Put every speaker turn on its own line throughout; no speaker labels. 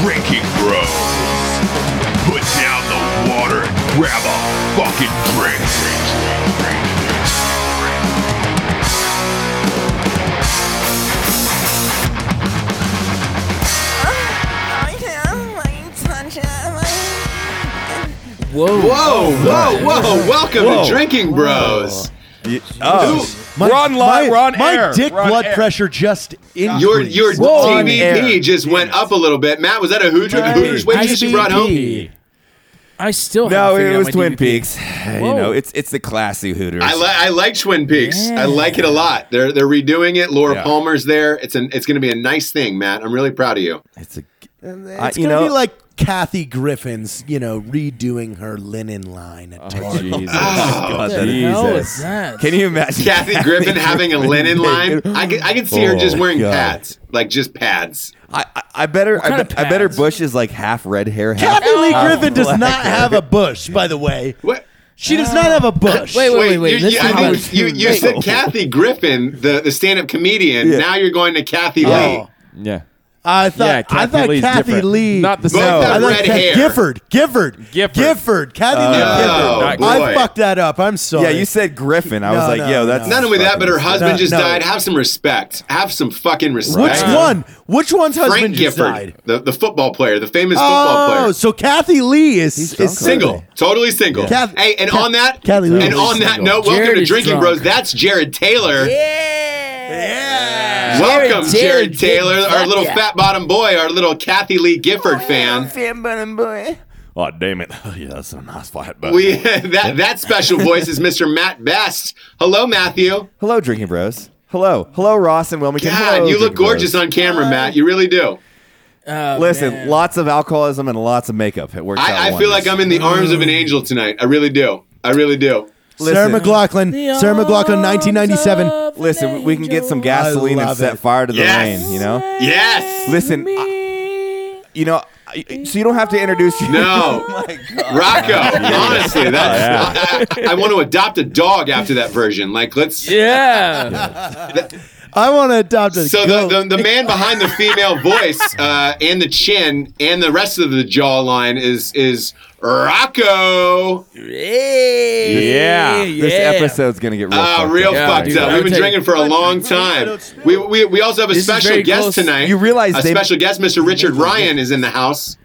Drinking Bros. Put down the water and grab a fucking drink.
I have my touch of my-
Whoa.
Whoa, whoa, whoa! Welcome
Whoa.
to Drinking Bros.
Oh,
My,
we're on live.
my-
we're on
my
air.
dick
We're on
blood
air.
pressure just increased.
Your your
Whoa. On
TVP
air.
just went up a little bit. Matt, was that a Hooters,
Right.
Hooters waitress you brought home?
IBP. I still
No,
haven't figured
it
out
was
my
Twin
DVD.
Peaks. You know,
Whoa.
it's it's the classy Hooters.
I like I like Twin Peaks.
Yeah.
I like it a lot. They're they're redoing it. Laura
Yeah.
Palmer's there. It's an it's going to be a nice thing, Matt. I'm really proud of you.
it's a I-
It's
you
gonna
know,
be like Kathy Griffin's, you know, redoing her linen line
Oh,
at Target.
Jesus.
What
Oh,
God,
the
that-
hell is
Jesus.
that?
Can you imagine
Kathy Griffin having a linen line. I can I can see her just
Oh,
wearing
God.
pads, like just pads.
I, I- I better I,
kind
be-
of
I better
pads?
Bush is like half red hair. Half
Kathy Lee
half
Griffin does
black
not
hair.
have a bush, by the way.
What?
She does not have a bush.
Wait, wait, wait, wait.
you,
Let's
you,
talk
I mean,
about-
you, you
Wait.
said Kathy Griffin, the, the stand up comedian.
Yeah.
Now you're going to Kathy Lee.
Oh.
Yeah.
I thought
Yeah,
I
Kathy
thought
Lee's
Kathy
different.
Lee.
Not the
Both
same.
have
I thought
red
Kat-
hair.
Gifford, Gifford,
Gifford. Uh,
Gifford, Kathy Lee
Oh,
Gifford. I
boy.
fucked that up. I'm sorry.
Yeah, you said Griffin. I
No,
was like,
no,
yo,
no.
that's
Not only that, but her husband
No,
just
no.
died. Have some respect. Have some fucking
which
respect.
one? Which one's
Frank
husband just
Gifford,
died?
the, the football player, the famous football
Oh,
player.
so Kathy Lee is, is
Single, totally single.
Kath-
hey, and
Kath-
on that,
Kathy Lee
and
is
on that
single.
note, welcome
Jared
to
is
Drinking
drunk.
Bros. That's Jared Taylor.
Yeah.
Welcome, Jared,
Jared
Taylor,
did
our
fuck
little
ya.
fat bottom boy, our little Kathy Lee Gifford fan.
Fan button boy.
Oh damn it! yeah, that's a nice fight, but
We that that special voice is Mr. Matt Best. Hello, Matthew.
hello, drinking bros. Hello, hello, Ross and Wilmington.
God,
Hello,
you look
Drinking Bros.
gorgeous on camera, Matt. You really do.
Oh,
Listen,
man.
lots of alcoholism and lots of makeup. It works. out
I, I feel like
wonders.
I'm in the arms of an
Mm.
angel tonight. I really do. I really do.
Sarah
Listen.
McLaughlin. Sarah McLaughlin, 1997.
Listen, we can get some gasoline
I
and
love
set
it.
fire to the
Yes.
rain. You know.
Yes.
Listen, I- you know, I, so you don't have to introduce. You.
No.
Oh
Rocco, honestly, that's I, I, I want to adopt a dog after that version. Like let's
Yeah.
I want to adopt a
so
goat.
the, the, the man behind the female voice uh, and the chin and the rest of the jawline is is Rocco.
Yeah. Ah, This
Yeah.
episode's gonna get real.
Uh,
fucked
real
up.
Yeah,
fucked
dude, I
up. We've
would
been
take-
drinking for a long time. We, we, we also have a
This is
special
very
guest
close.
tonight.
You realize
a
they-
special guest, Mr. Richard Ryan, is in the house.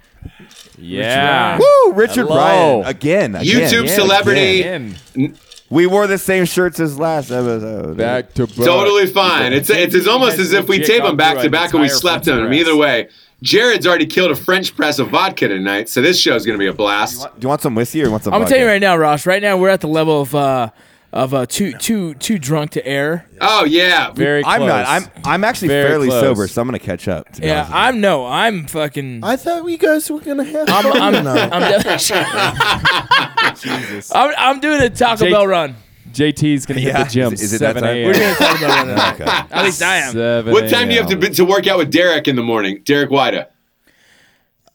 Yeah.
Woo, Richard
Hello.
Bryan again. again,
YouTube
again.
celebrity.
In.
We wore the same shirts as last episode.
Back to back.
Totally fine. It's it's, it's almost as if we
Legit
tape
gone
them back
through
to
an
back and we
entire
slept
French
on them.
press.
Either way, Jared's already killed a French press of vodka tonight, so this show's gonna be a blast.
Do you want some whiskey or you want some?
I'm gonna tell you
vodka?
right now, Ross. Right now, we're at the level of uh, of uh, too too too drunk to air.
Oh yeah,
Very close.
I'm not. I'm I'm actually
Very
fairly
close.
sober, so I'm gonna catch up. to be
Yeah,
honest with you.
I'm no, I'm fucking.
I thought you guys were gonna have.
I'm
fun
I'm I'm,
tonight.
definitely- I'm, I'm doing a Taco
Jake-
Bell run.
JT's gonna
Yeah.
hit the gym.
Is it- is it that
7
time?
We're
a.m.
doing a Taco Bell run. tonight.
Okay.
At least I am.
7
What time do you have to
a.m.
be, to work out with Derek in the morning? Derek Wida.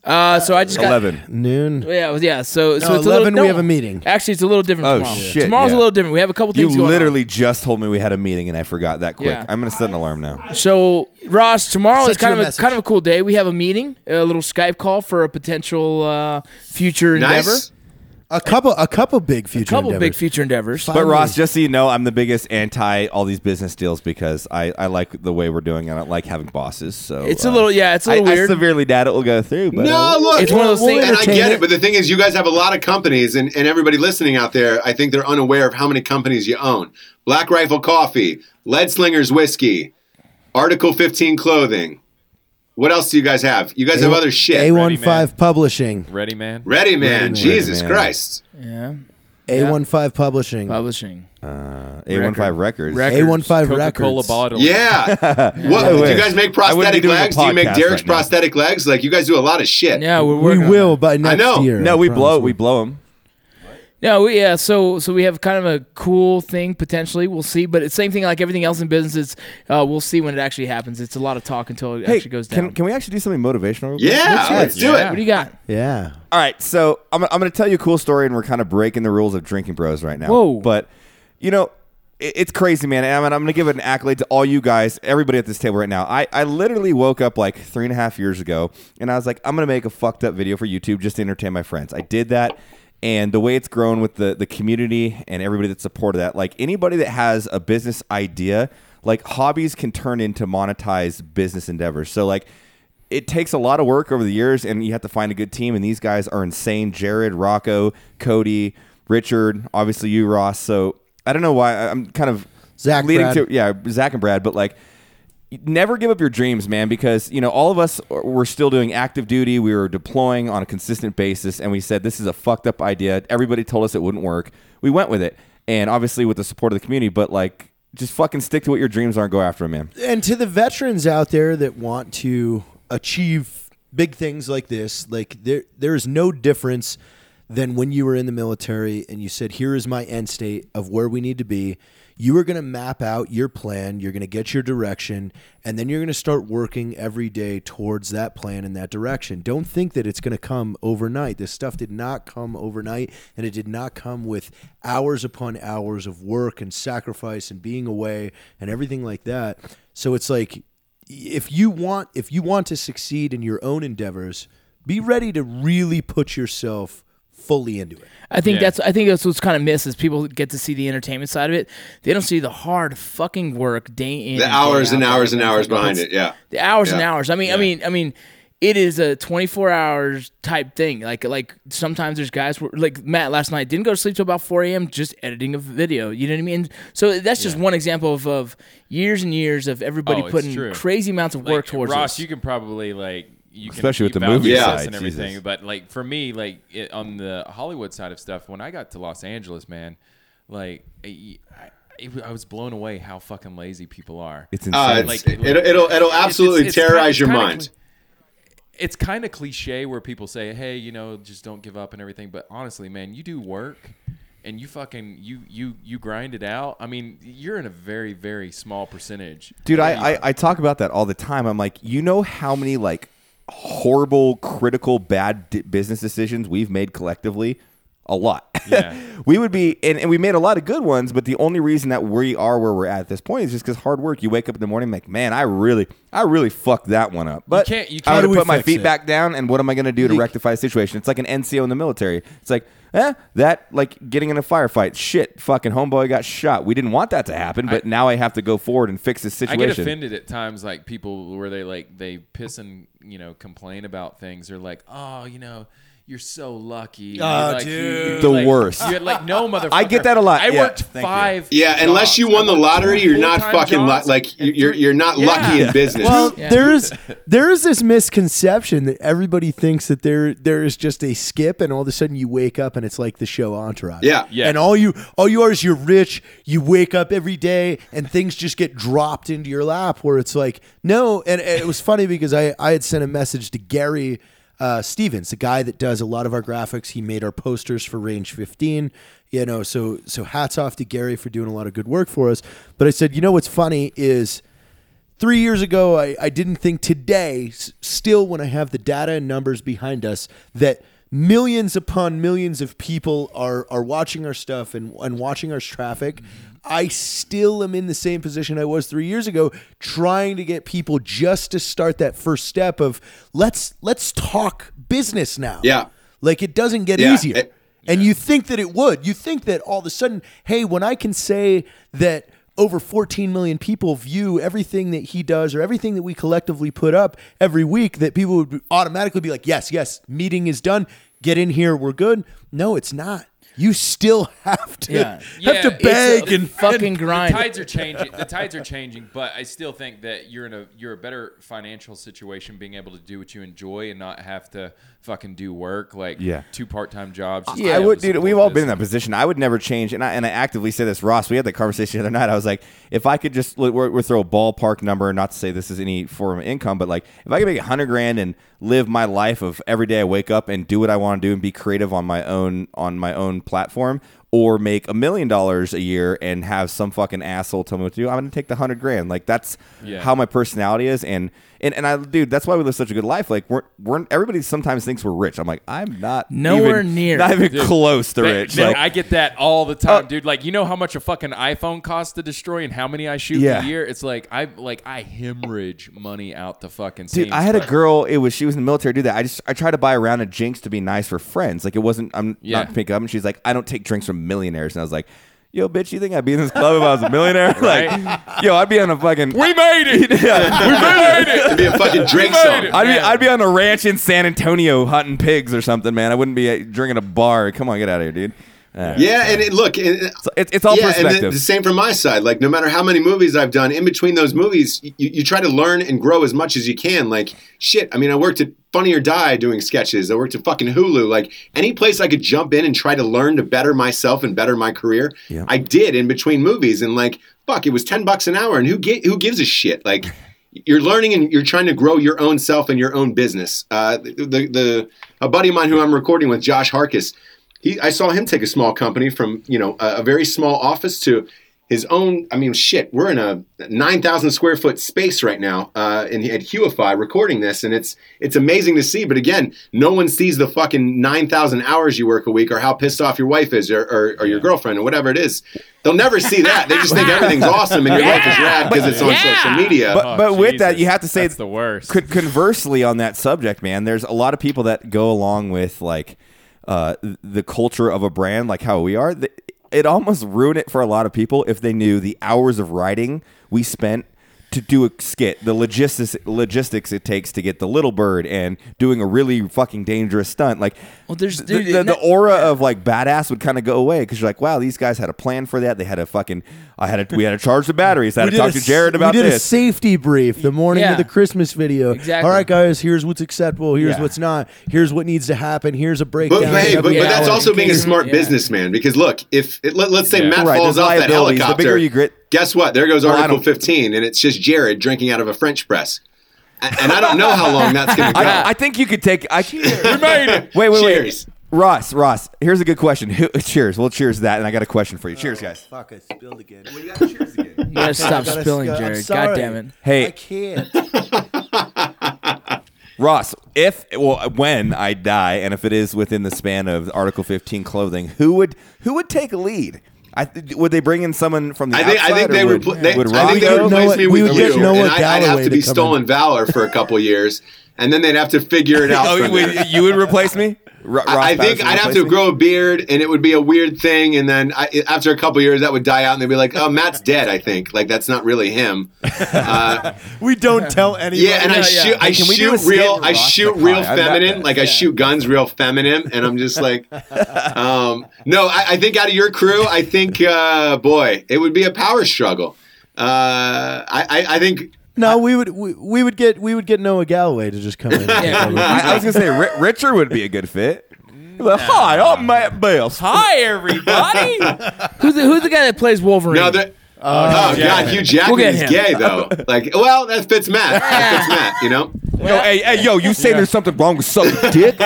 Uh, so I just got
Eleven.
Noon.
Oh, Yeah, it was- yeah. So, so
No,
it's
11,
a little,
we have a meeting.
Actually, it's a little different.
Oh,
tomorrow.
shit,
Tomorrow's
yeah.
a little different. We have a couple
You
things. going on.
literally just told me we had a meeting and I forgot that quick.
Yeah.
I'm gonna set an alarm now.
So Ross, tomorrow
Set
is kind
you
of
a
a,
message.
kind of a cool day. We have a meeting, a little Skype call for a potential uh, future endeavor.
Nice.
A couple. A couple big future.
couple
endeavors.
big future endeavors.
But Ross,
Finally.
just so you know, I'm the biggest anti all these business deals because I, I like the way we're doing. it. I don't like having bosses. So
It's a
uh,
little, yeah, it's a
I,
little
I
weird.
severely doubt it will go through. But
No,
uh,
look,
It's one of those things-
and I
entertain
get
it.
it, but the thing is, you guys have a lot of companies, and, and everybody listening out there, I think they're unaware of how many companies you own. Black Rifle Coffee, Lead Slingers Whiskey, Article 15 Clothing. What else do you guys have? You guys have other shit.
A15 Publishing.
Ready, man.
Ready Man, Jesus
Man.
Christ.
yeah,
A15 Publishing.
publishing.
A15 Records.
Record.
A15
Coca-Cola
Records.
bottle.
Yeah. what, do you
wish.
guys make
I wouldn't be
prosthetic
doing a
legs? Do you make
podcast
Derek's
right now.
prosthetic legs? Like, you guys do a lot of shit.
Yeah, we're
We
working on
will by next
know.
year.
No,
I
we
promise.
blow we blow them.
No, we, yeah. So, so we have kind of a cool thing potentially. We'll see, but it's same thing like everything else in business. It's uh, we'll see when it actually happens. It's a lot of talk until it actually goes down.
Can, can we actually do something motivational?
Yeah, let's do
what
it.
do you got?
Yeah.
All right, so I'm, I'm going to tell you a cool story, and we're kind of breaking the rules of drinking bros right now.
Whoa.
But you know, i- it- it's crazy, man. I mean, I'm going to give it an accolade to all you guys, everybody at this table right now. I, I literally woke up like three and a half years ago, and I was like, I'm going to make a fucked up video for YouTube just to entertain my friends. I did that, and the way it's grown with the, the community and everybody that supported that, like anybody that has a business idea, like hobbies can turn into monetized business endeavors. So, like, it takes a lot of work over the years, and you have to find a good team. And these guys are insane: Jared, Rocco, Cody, Richard, obviously you, Ross. So I don't know why I- I'm kind of
Zach,
leading
Brad.
to yeah, Zach and Brad, but like. Never give up your dreams, man, because you know all of us are- were still doing active duty. We were deploying on a consistent basis, and we said this is a fucked up idea. Everybody told us it wouldn't work. We went with it, and obviously with the support of the community. But like, just fucking stick to what your dreams are and go after them, man.
and to the veterans out there that want to achieve big things like this, like there there is no difference than when you were in the military and you said, "Here is my end state of where we need to be." You are going to map out your plan. You're going to get your direction, and then you're going to start working every day towards that plan and that direction. Don't think that it's going to come overnight. This stuff did not come overnight, and it did not come with hours upon hours of work and sacrifice and being away and everything like that. So it's like if you want if you want to succeed in your own endeavors, be ready to really put yourself fully into it.
I think
Yeah.
that's I think that's what's kind of missed is people get to see the entertainment side of it. They don't see the hard fucking work day in
The
and day
hours and
out.
hours and hours behind
It's-
it. Yeah.
the hours and
Yeah.
hours. I mean, I mean, I mean, it is a twenty four hours type thing. Like, like sometimes there's guys where, like Matt last night didn't go to sleep till about four a.m. just editing a video. You know what I mean? So that's just one example of, of years and years of everybody
Oh, it's
putting
true.
crazy amounts of
Like,
work towards
Ross,
this.
you can probably like you can
Especially with
you
the
value
movie
yourself
side,
and everything.
Jesus.
But like for me, like it, on the Hollywood side of stuff, when I got to Los Angeles, man, like I, I, it- I was blown away how fucking lazy people are.
It's insane.
Uh, it's, it, it'll it'll
It's-
absolutely
it's- it's
terrorize
kinda-
your
kinda
mind.
cli- It's kind of cliche where people say, "Hey, you know, just don't give up and everything." But honestly, man, you do work, and you fucking you you you grind it out. I mean, you're in a very very small percentage,
dude I, I i talk about that all the time i'm like you know how many like horrible critical bad d- business decisions we've made collectively a lot
Yeah.
we would be and, and we made a lot of good ones but the only reason that we are where we're at at this point is just because hard work you wake up in the morning like man i really i really fucked that one up but
can't- you
i'm
can't-
gonna
How do
put
we
my
fix
feet
it?
back down and what am i gonna do to rectify the situation it's like an nco in the military it's like eh, that like getting in a firefight shit fucking homeboy got shot we didn't want that to happen but now i have to go forward and fix this situation
I get offended at times, like people where they like they piss and you know complain about things. They're like, "Oh, you know, you're so lucky." Oh,
Ah,
dude.
The worst.
You're like, no, motherfucker.
I get that a lot,
I
yeah.
worked
Thank you.
five.
Yeah, unless
jobs.
you
I
won the
worked two
lottery, you're not
full-time
fucking lu-
jobs
like
and
you're
three-
you're not
Yeah.
lucky in business.
Well,
Yeah.
there's there is this misconception that everybody thinks that there there is just a skip, and all of a sudden you wake up and it's like the show Entourage.
Yeah. Yeah.
And all you all you are is you're rich. You wake up every day, and things just get dropped into your lap. Where it's like no, and and it was funny because I I had sent a message to Gary. Uh, Stevens, the guy that does a lot of our graphics, he made our posters for Range 15. You know, so so hats off to Gary for doing a lot of good work for us. But I said, you know what's funny is three years ago, I, I didn't think today, s- still when I have the data and numbers behind us, that millions upon millions of people are, are watching our stuff and, and watching our traffic. I still am in the same position I was three years ago, trying to get people just to start that first step of let's let's talk business now.
Yeah.
Like it doesn't get
Yeah,
easier.
it-
And you think that it would. You think that all of a sudden, hey, when I can say that over 14 million people view everything that he does or everything that we collectively put up every week, that people would automatically be like, yes, yes, meeting is done. Get in here. We're good. No, it's not. You still have to
Yeah.
have to
Yeah, it's
beg
a
and
fucking
and-
The
grind.
tides are changing. The tides are changing, but I still think that you're in a you're a better financial situation being able to do what you enjoy and not have to fucking do work like
Yeah.
two part time jobs. just to
Yeah, I
be able
would,
to
dude.
support
We've all
this.
been in that position. I would never change, and I and I actively say this, Ross. We had that conversation the other night. I was like, if I could just we're, we're throw a ballpark number, not to say this is any form of income, but like if I could make a hundred grand and live my life of every day I wake up and do what I want to do and be creative on my own on my own platform, or make a million dollars a year and have some fucking asshole tell me what to do, I'm gonna take the hundred grand. Like that's
Yeah.
how my personality is, and And and I, dude, that's why we live such a good life. Like we're we're everybody sometimes thinks we're rich. I'm like, I'm not
Nowhere
even-
near.
not even
Dude.
close to
They-
rich.
they-
Like,
I get that all the time,
Oh.
dude. Like, you know how much a fucking iPhone costs to destroy and how many I shoot
Yeah.
a year? It's like I like I hemorrhage money out the fucking
Dude,
seams,
I had a
but-
girl. It was she was in the military. Do that. I just I tried to buy a round of Jinx to be nice for friends. Like it wasn't. I'm
Yeah.
not to pick up. And she's like, I don't take drinks from millionaires. And I was like, Yo, bitch, you think I'd be in this club if I was a millionaire? Like, yo, I'd be on a fucking. We made it.
It'd be a fucking drink song.
I'd be
Yeah.
I'd be on a ranch in San Antonio hunting pigs or something, man. I wouldn't be uh, drinking a bar. Come on, get out of here, dude. Uh,
Yeah, and it, look, and,
so it's, it's all
yeah, and
perspective.
the, the same from my side. Like, no matter how many movies I've done, in between those movies, you, you try to learn and grow as much as you can. Like, shit, I mean, I worked at Funny or Die doing sketches. I worked at fucking Hulu. Like, any place I could jump in and try to learn to better myself and better my career, I did in between movies. And like, fuck, it was ten bucks an hour, and who gi- who gives a shit? Like, you're learning and you're trying to grow your own self and your own business. Uh, the, the, the a buddy of mine who I'm recording with, Josh Harkis he I saw him take a small company from you know a, a very small office to his own. I mean, shit, we're in a nine thousand square foot space right now, uh, in at Huify recording this, and it's it's amazing to see. But again, no one sees the fucking nine thousand hours you work a week, or how pissed off your wife is, or or, or your girlfriend, or whatever it is. They'll never see that. They just think everything's awesome and your life is rad because it's on social media.
but
Oh,
but with that,
Jesus.
you have to say
That's the worst.
Could conversely on that subject, man, there's a lot of people that go along with like uh, th- the culture of a brand, like how we are. Th- It almost ruined it for a lot of people if they knew the hours of writing we spent to do a skit, the logistics logistics it takes to get the little bird and doing a really fucking dangerous stunt. Like,
Well, there's-
the,
dude,
the,
and
the
that-
aura of like badass would kind of go away because you're like, wow, these guys had a plan for that. They had a fucking, I had a, we had to charge the batteries. I had to talk to
s-
Jared about
we did a
this.
safety brief the morning
Yeah.
of the Christmas video.
Exactly.
All right, guys, here's what's acceptable. Here's
Yeah.
what's not. Here's what needs to happen. Here's a breakdown.
But, but, hey,
of
but, but
every
Yeah.
that's
hour.
also being a
Mhm.
smart
Yeah.
businessman because look, if it, let, us say
Yeah.
Matt
Right,
falls
there's
off that
liabilities. The
helicopter,
bigger you grit-
guess what? There goes
I
Article
don't-
15, and it's just Jared drinking out of a French press. A- And I don't know how long that's going to go.
I, I think you could take. I,
made it.
Wait, wait,
Cheers.
wait. Ross, Ross, here's a good question. Who, cheers. We'll cheers that, and I got a question for you. Cheers, guys.
Fuck, I spilled again.
You gotta stop
Gotta
spilling,
sc- I'm
Jared. God
sorry.
damn it.
Hey.
I can't.
Ross, if well, when I die, and if it is within the span of Article 15 clothing, who would who would take a lead? I, th- would they bring in someone from the
I think,
outside?
I think
or
they
would,
repl- they,
would
I
Ross
think they
go?
would
replaced
Noah-
me
we
with
would
you,
get Noah
and I, I'd have
Galloway
to be
to come
stolen valor for a couple years, and then they'd have to figure it out.
Oh,
from
you would, you would replace me? Ro- Ross
I think
Patterson
I'd have
replace
to
me?
grow a beard, and it would be a weird thing. And then I, after a couple years, that would die out, and they'd be like, "Oh, Matt's dead." I think like that's not really him.
We don't tell anybody.
Yeah, and I
Yeah, yeah.
shoot, I
Hey, can we do a
shoot
skit
real,
with
I
Ross
shoot
Mackay?
real
I've got
feminine,
that.
like I
Yeah.
shoot guns real feminine, and I'm just like, um, no, I, I think out of your crew, I think, uh, boy, it would be a power struggle. Uh, I, I, I think
No, we would we, we would get we would get Noah Galloway to just come in.
Yeah.
I, I was going to say, Ri- Richard would be a good fit. Like, Hi, I'm Matt Bales.
Hi, everybody.
Who's the, who's the guy that plays Wolverine?
no, that. oh God, Hugh Jackman
We'll get
is
him.
gay though. Like, well, that fits Matt. That fits Matt. You know.
Yo, hey, hey, yo, you saying there's something wrong with sucking dick?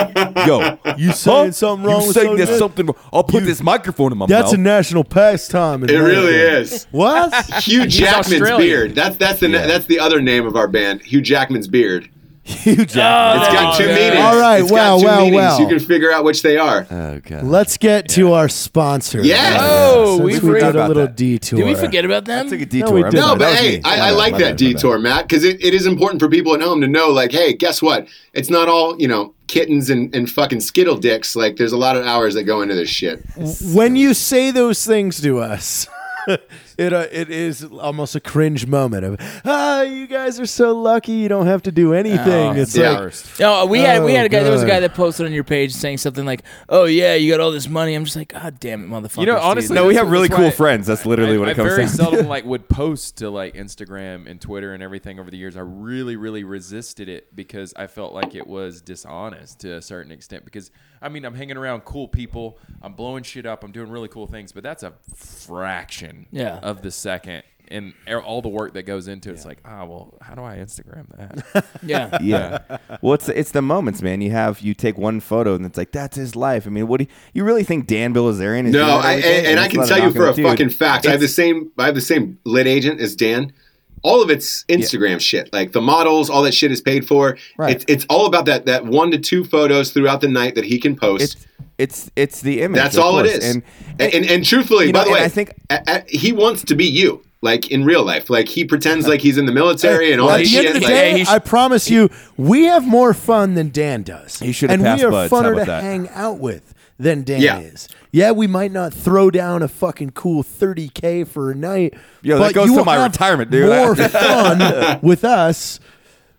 Yo, you
saying something wrong
you
with
saying
sucking
there's
dick?
something wrong? I'll put this microphone in my
That's a
mouth.
national pastime. in
It really
America.
is.
What?
Hugh Jackman's
Australian.
beard. That's that's the that's the other name of our band. Hugh Jackman's beard.
huge.
It's got two
yeah.
meanings.
All right,
It's got
wow,
two
wow,
meanings.
wow.
You can figure out which they are.
Let's get to our sponsor.
Yes.
Uh, Oh,
Since
we
we
forgot
did a
about
little
that.
detour.
Did we forget about
I
them?
took a detour.
we
I'm
didn't.
sorry.
No,
That
but
was
hey,
me. My
I, I
bad,
like that
Oh, my bad, my bad.
detour, Matt, because it, it is important for people at home to know, like, hey, guess what? It's not all, you know, kittens and, and fucking skittle dicks. Like, there's a lot of hours that go into this shit.
when you say those things to us it uh, it is almost a cringe moment of ah you guys are so lucky you don't have to do anything
Oh,
it's
yeah.
like
No, we had we
Oh,
had a guy. There was a
God.
guy that posted on your page saying something like, "Oh yeah, you got all this money." I'm just like, "God damn it, motherfucker!"
You know, honestly,
No, we have really
That's
cool
why-
friends. That's literally what
I,
it comes
I very
down to.
seldom like would post to like Instagram and Twitter and everything over the years. I really, really resisted it because I felt like it was dishonest to a certain extent. Because I mean, I'm hanging around cool people, I'm blowing shit up, I'm doing really cool things, but that's a fraction
Yeah.
of the second. And er- all the work that goes into it. it's like, ah, well, how do I Instagram that?
yeah,
Yeah. well, it's it's the moments, man. You have you take one photo and it's like that's his life. I mean, what do you, you really think Dan Bilzerian is?
No,
doing that
I,
every day?
and, and I
it's
can
not
tell you
knocking
for
it,
a
dude.
fucking fact, I have the
It's-
same I have the same lit agent as Dan, all of it's Instagram shit. Like the models, all that shit is paid for.
Right.
It's it's all about that that one to two photos throughout the night that he can post.
It's it's it's the image.
That's
of
all it
course.
is.
And,
And and, and truthfully,
You
by the
know, and
way,
I think-
a- a- he wants to be you, like in real life. Like he pretends like he's in the military and all
At
that
the
shit.
end of the
like,
day,
he sh-
I promise you, we have more fun than Dan does.
He should have
and we
passed
are
Buds. How
funner
about
to
that?
hang out with than Dan
Yeah.
is. Yeah, we might not throw down a fucking cool thirty k for a night.
Yo, that
but
goes
you
to
will
my
have
retirement, dude.
More fun with us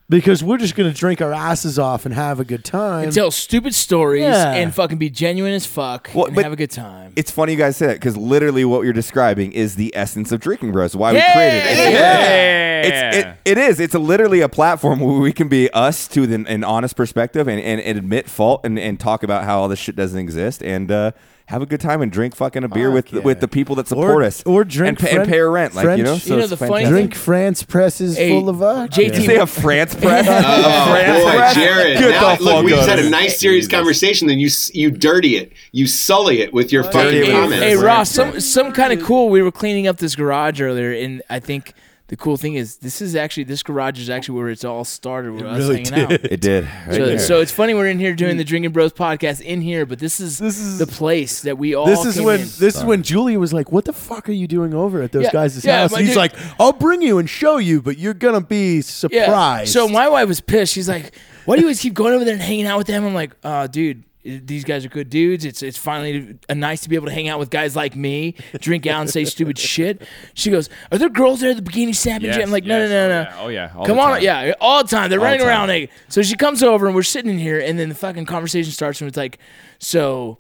because we're just gonna drink our asses off and have a good time.
Tell stupid stories
Yeah.
and fucking be genuine as fuck
Well,
and
but-
have a good time.
it's funny you guys say that because literally what you're describing is the essence of Drinking Bros. Why we
Yeah!
created it.
Yeah.
It's, it, it is. It's a, literally a platform where we can be us to an, an honest perspective and, and, and admit fault and, and talk about how all this shit doesn't exist and uh, have a good time and drink fucking a beer with
yeah.
with the people that support
Or-
us
or
and,
drink
pay- and
Fren-
pay our rent. Like you know,
French-
so
You know,
it's
the funny
fantastic.
thing-
drink France presses
Hey,
full of vodka.
JT
Did you say a France press?
Oh,
France
boy,
press?
Jared!
Get
now-
the
look,
fuck
we
out
just
of
had a
here.
nice, serious conversation. Then you s- you dirty it, you sully it with your
Dirty
fucking
it with
comments.
Hey
Right.
Ross, some some kind of cool. We were cleaning up this garage earlier, and I think the cool thing is this is actually this garage is actually where it's all started. Where us
really
hanging out.
It did. Right
So,
there.
so it's funny we're in here doing the Drinking Bros podcast in here, but this is
This is-
the place that we all.
This is
came
when
in.
this is when Julia was like, "What the fuck are you doing over at those
Yeah,
guys'
yeah,
house?"
my
And he's
dude-
like, "I'll bring you and show you, but you're gonna be
yeah.
surprised."
So my wife was pissed. She's like, "Why do you always keep going over there and hanging out with them?" I'm like, "Uh, dude." These guys are good dudes. It's it's finally uh nice to be able to hang out with guys like me, drink out and say stupid shit. She goes, "Are there girls there at the bikini snapping?"
Yes,
shit?" I'm like, "No,
yes,
no,
oh
no,
yeah,
no.
oh yeah, all
come
the
on,
time.
yeah, all the time. They're running
the time.
around naked." So she comes over and we're sitting in here, and then the fucking conversation starts, and it's like, so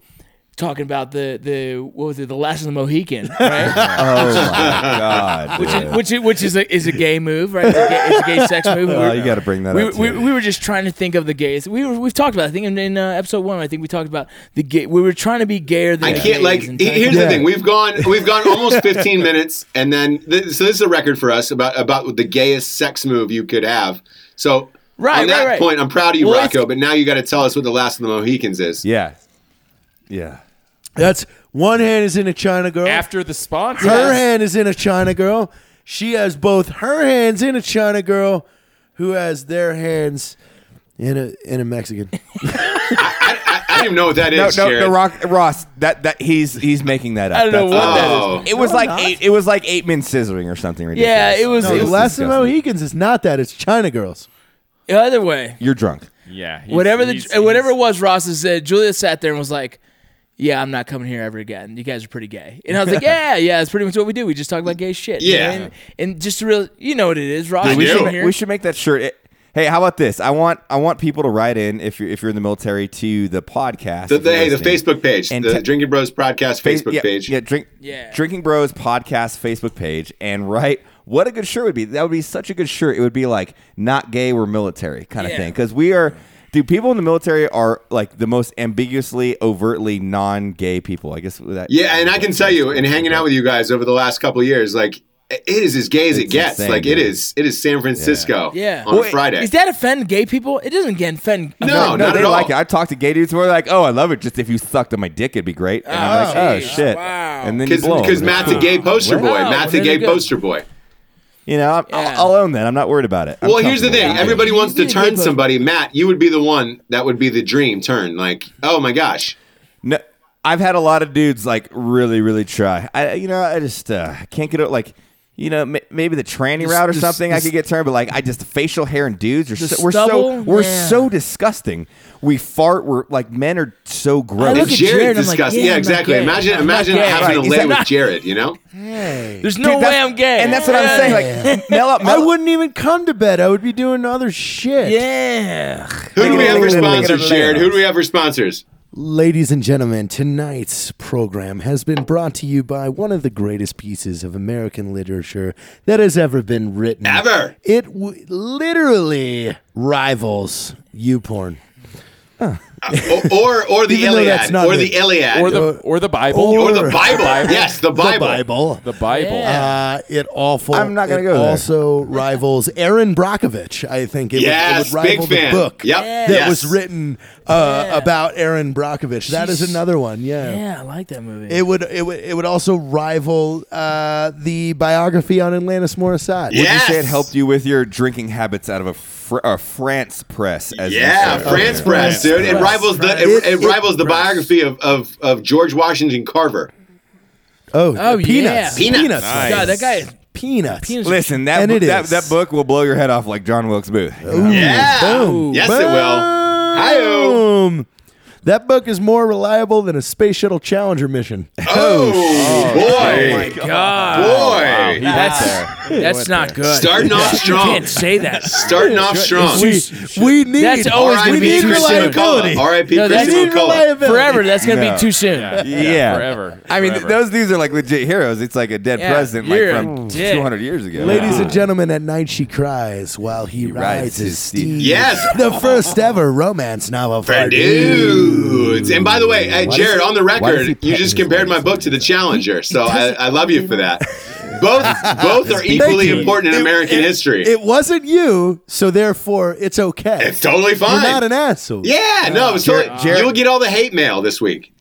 talking about the the what was it, the last of the Mohican, right?
oh my god.
which
dude.
is, which is, which is a is a gay move, right? It's a gay, it's a gay sex move.
Oh, you gotta bring that
we,
up,
We,
too.
we were just trying to think of the gays. We were, we've talked about. it. I think in, in uh, episode one, I think we talked about the gay. We were trying to be gayer than
I
the
can't
gays
like.
and
he-
trying to-
Here's
Yeah.
the thing: we've gone we've gone almost 15 minutes, and then th- so this is a record for us about about the gayest sex move you could have. So
Right,
on that
right, right.
point, I'm proud of you,
Well, it's-
Rocco. But now you got to tell us what the last of the Mohicans is.
yeah. Yeah.
that's one hand is in a China girl.
After the sponsor,
her hand is in a China girl. She has both her hands in a China girl, who has their hands in a in a Mexican.
I, I don't even know what that is.
No, no,
Jared.
no, Rock, Ross. That that he's he's making that up.
I don't know
That's-
what that is.
Oh,
It was like eight. It was like eight men scissoring or something ridiculous.
Yeah, it was-
No,
it
the
was
last of the
disgusting.
Mohicans is not that; it's China girls.
The other way,
You're drunk.
yeah, he's-
whatever the
he's-
uh, whatever it
he's-
was, Ross has said. Julia sat there and was like. Yeah, I'm not coming here ever again. You guys are pretty gay, and I was like, "Yeah, yeah, that's pretty much what we do. We just talk about gay shit." you know?
Yeah.
and, and just to real, you know what it is, Ross.
I
we
do.
come
We
here.
should make that shirt. It- hey, how about this? I want I want people to write in if you're if you're in the military to the podcast.
the,
if you're
the, hey, the
listening.
Facebook page,
And
the
te-
Drinking Bros Podcast
Fa-
Facebook
yeah,
page.
Yeah, drink.
Yeah.
Drinking Bros podcast Facebook page and write what a good shirt would be. That would be such a good shirt. It would be like not gay, we're military kind of
Yeah.
thing because we are. Dude, people in the military are like the most ambiguously, overtly non-gay people. I guess that.
Yeah, and I can tell you, in hanging out with you guys over the last couple of years, like it is as gay as it
It's
gets.
insane,
like it
dude.
is, it is San Francisco.
Yeah.
on
Well,
a Friday.
Does that offend gay people? It doesn't get offend.
No,
no,
not
they
at all.
like it. I talked to gay dudes who are like, "Oh, I love it. Just if you sucked on my dick, it'd be great." And I'm like, "Oh
geez.
shit!"
Wow.
And then you blow 'em.
because
It's
Matt's a
cool.
gay poster
Wow.
boy.
Wow,
Matt's
very
a gay
good.
poster boy.
You know, I'm,
Yeah.
I'll, I'll own that. I'm not worried about it. I'm
well, here's the
comfortable
thing.
with it.
Everybody wants to
He's a gay
turn
poster.
somebody. Matt, you would be the one that would be the dream turn. Like, oh my gosh.
No, I've had a lot of dudes like really, really try. I, you know, I just uh, can't get it. Like, you know, m- maybe the tranny route or
the s-
something.
the
I could get turned, but like, I just facial hair and dudes. Are
The
so, we're so
stubble?
we're
Yeah.
so disgusting. We fart. We're like men are so gross.
look at
Jared's
Jared, I'm like,
disgusting.
yeah,
yeah,
I'm not
exactly.
gay.
Imagine,
I'm not
imagine
gay.
having
Right,
to lay
exactly.
with Jared. You know,
There's
Dude,
no way
that's-
I'm gay.
And that's what I'm saying. Like, Mel up.
I wouldn't even come to bed; I would be doing other shit.
yeah.
who do we have for
Look at him,
sponsors,
look at him.
Jared? Who do we have for sponsors?
Ladies and gentlemen, tonight's program has been brought to you by one of the greatest pieces of American literature that has ever been written.
Ever.
It w- literally rivals you porn.
O- or or the
Even though
Iliad,
that's not
or
it.
the Iliad,
or the or the Bible,
or the
or-
Bible. Yes, the Bible.
The Bible.
the Bible.
Yeah.
Uh, it awful.
I'm not gonna
it
go there.
Also rivals Aaron Brockovich. I think it,
Yes,
would, it would rival
big fan.
the book
Yep.
that
Yes.
was written uh, about Aaron Brockovich. that is
She's-
another one. Yeah.
Yeah, I like that movie.
It would it would it would also rival uh, the biography on Atlantis Morissette.
Yeah.
You say it
Yes.
helped you with your drinking habits out of a, fr- a France press. As you
Yeah,
said
France
earlier.
Press, dude. It
Press,
rivals
Press.
the it, it
It- it-
rivals the biography of, of of George Washington Carver.
Oh,
Oh,
the peanuts,
yeah.
peanuts,
Peanuts.
Nice.
God, that guy is
peanuts.
penis.
Listen, that,
And
bo-
it
that
is.
that book will blow your head off like John Wilkes Booth.
Ooh,
Yeah.
boom.
Yes, it will. Hi-yo.
Boom. That book is more reliable than a space shuttle Challenger mission.
Oh,
Oh,
boy,
God,
boy.
that's that's not good.
Starting off
You
strong.
can't say that.
Starting off strong.
we, we need
That's always
Oh, we
gonna be
need
too soon.
reliability.
R.I.P.
No,
We
that's-
Christian
need
McCullough.
reliability
Forever, that's gonna
No.
be too soon.
Yeah,
Yeah.
forever.
I mean, th-
forever.
those dudes are like legit heroes. It's like a dead
Yeah,
president
you're
like
a
from
dick.
200 years ago.
Ladies and gentlemen, at night she cries while he,
Ah. rides
rides
his
his steed.
steed.
Yes.
the first ever romance novel for
Dudes. And by the way, uh,
Why
Jared,
does-
on the
why does he
record, you
pet
just
his
compared my
legs
book to the Challenger, so I, I love you for that. Both both are equally
you.
important in
It-
American history.
It wasn't you, so therefore it's okay.
It's totally fine.
You're not an asshole.
Yeah, no, it's
Jared-
totally-
Jared-
you will get all the hate mail this week.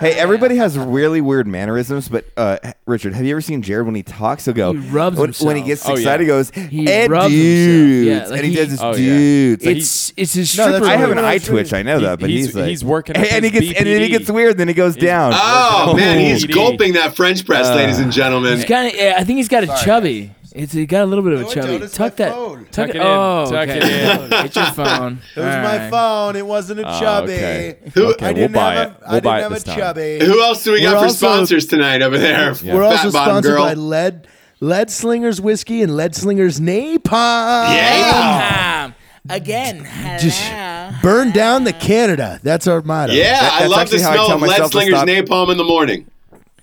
Hey, everybody has really weird mannerisms, but uh, Richard, have you ever seen Jared when he talks? He'll go,
He rubs
when, when he
himself.
gets
Oh, yeah.
excited, he goes,
He
"Eh,
rubs himself."
dudes,"
Yeah, like
and he,
he-
does his
Oh, yeah.
dudes. It's-
It's it's his
No,
stripper.
that's
I have an
Really?
eye twitch. I know that, but he's,
he's-
like,
he's working up
and, and he
his
gets and then he
BPD.
gets weird. Then he goes down.
Oh man, he's
PD.
gulping that French press, ladies and gentlemen.
He's kind of. I think he's got a chubby. It's he got a little bit of a
No,
chubby.
don't, it's
Tuck
my
that.
phone.
Tuck it in,
Oh,
tuck
okay.
it in.
Get your phone.
It was my phone. It wasn't a chubby.
okay.
Who,
Okay,
I
we'll
didn't
buy
have
it.
a, I
We'll
didn't
buy it
have
this
a
time.
chubby.
who else do we got
We're
for
also-
sponsors tonight over there?
We're
Fat Bottom
also sponsored
Girl.
by Lead Lead Slingers Whiskey and Lead Slingers Napalm.
yeah,
Um, again.
Just
hello.
burn down the Canada. That's our motto.
yeah.
That-
I
that's
love the
actually how I
smell
tell
of lead
myself to
slingers
stop.
napalm in the morning.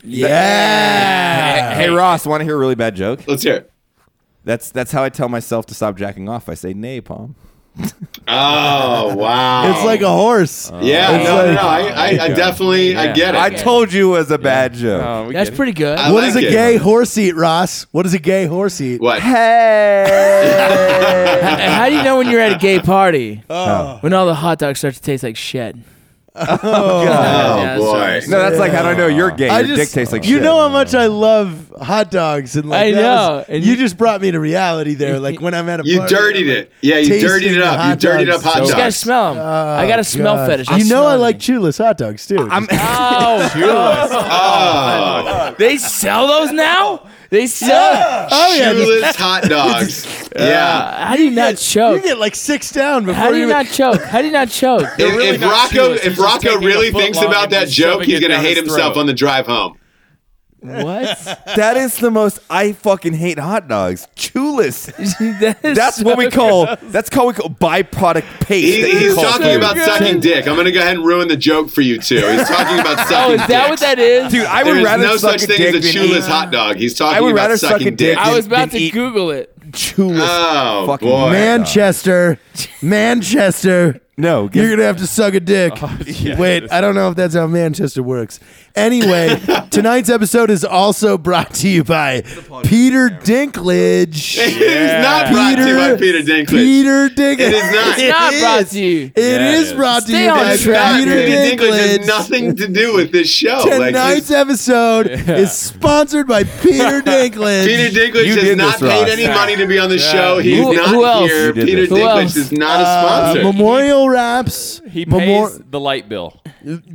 Yeah.
Hey, hey, Ross, want to hear a really bad joke?
Let's hear. it.
That's that's how I tell myself to stop jacking off. I say, "Nay, palm."
Oh wow!
It's like a horse.
yeah,
it's
no, no,
like-
no. I, I, I definitely, I get it.
I told you it was a bad joke.
Oh, we
That's
get it.
pretty good.
I
What
like
does a
it.
gay horse eat, Ross? What does a gay horse eat?
Oh.
What?
Hey.
And how do you know when you're at a gay party?
Oh.
When all the hot dogs start to taste like shit.
Oh
Yeah,
boy!
sorry.
No, that's like I don't know. You're gay.
I
Your dick tastes like
you
shit.
know how much I love hot dogs and like
I
that was-
know, and
you
you-
just brought me to reality there. Like when I'm at a
You
party,
dirtied
I'm like,
it. Yeah, you
tasting
dirtied it
the
up. You
hot
dirtied up
dogs.
hot
You gotta
dogs.
smell them. Oh, I got a smell
Oh, God.
fetish.
You know I
smell
like
them.
chewless hot dogs too.
I'm,
Ah,
Oh,
Oh,
They sell those now? They sell.
oh yeah, just-
shoeless hot dogs. Yeah.
How do you not
you
choke?
get like six down before
How do you
even-
not choke? How do you not choke?
If,
really
if
not
Rocco,
shoeless. He's
if
just
Rocco
taking a
really
foot
thinks
long
about
and
that
just
joke,
shoving
he's
it
gonna
down
hate
his
himself
throat.
on the drive home.
What?
that is the most I fucking hate hot dogs. Chewless.
That is
That's what we
so-
call. That's called we call byproduct paste.
He,
that you
he's
call
talking
food.
about sucking dick. I'm gonna go ahead and ruin the joke for you too. He's talking about sucking.
Oh, is that
dicks.
what that is?
Dude, I would
There is
rather
no
suck
such
a
thing
dick
as a
than
shoeless
eat-
hot dog. He's talking
I would
about
rather
sucking
suck a
dick.
dick
I was about
Didn't
to
eat-
Google it.
Chewless.
Oh,
fucking
boy.
hot dog.
Manchester, Manchester.
No, get-
You're gonna have to suck a dick.
Oh,
Wait, I don't know if that's how Manchester works. Anyway, tonight's episode is also brought to you by Peter Dinklage.
It is not brought to you by Peter Dinklage.
Peter Dinklage.
It is not.
It's not
is.
brought to you.
It is
it is.
brought to
Stay
you
on
by
track,
Peter
Peter Dinklage
Dinklage.
has nothing to do with this show. Like,
Tonight's
this-
episode is sponsored by Peter Dinklage.
Peter
You
Dinklage has
did
not
this, Ross.
paid any money to be on the show. He's
Who-
not
who else?
here.
You did
Peter
this.
Who
Dinklage
else?
is not
Uh,
a sponsor.
Memorial Raps.
He pays
Memor-
the light bill.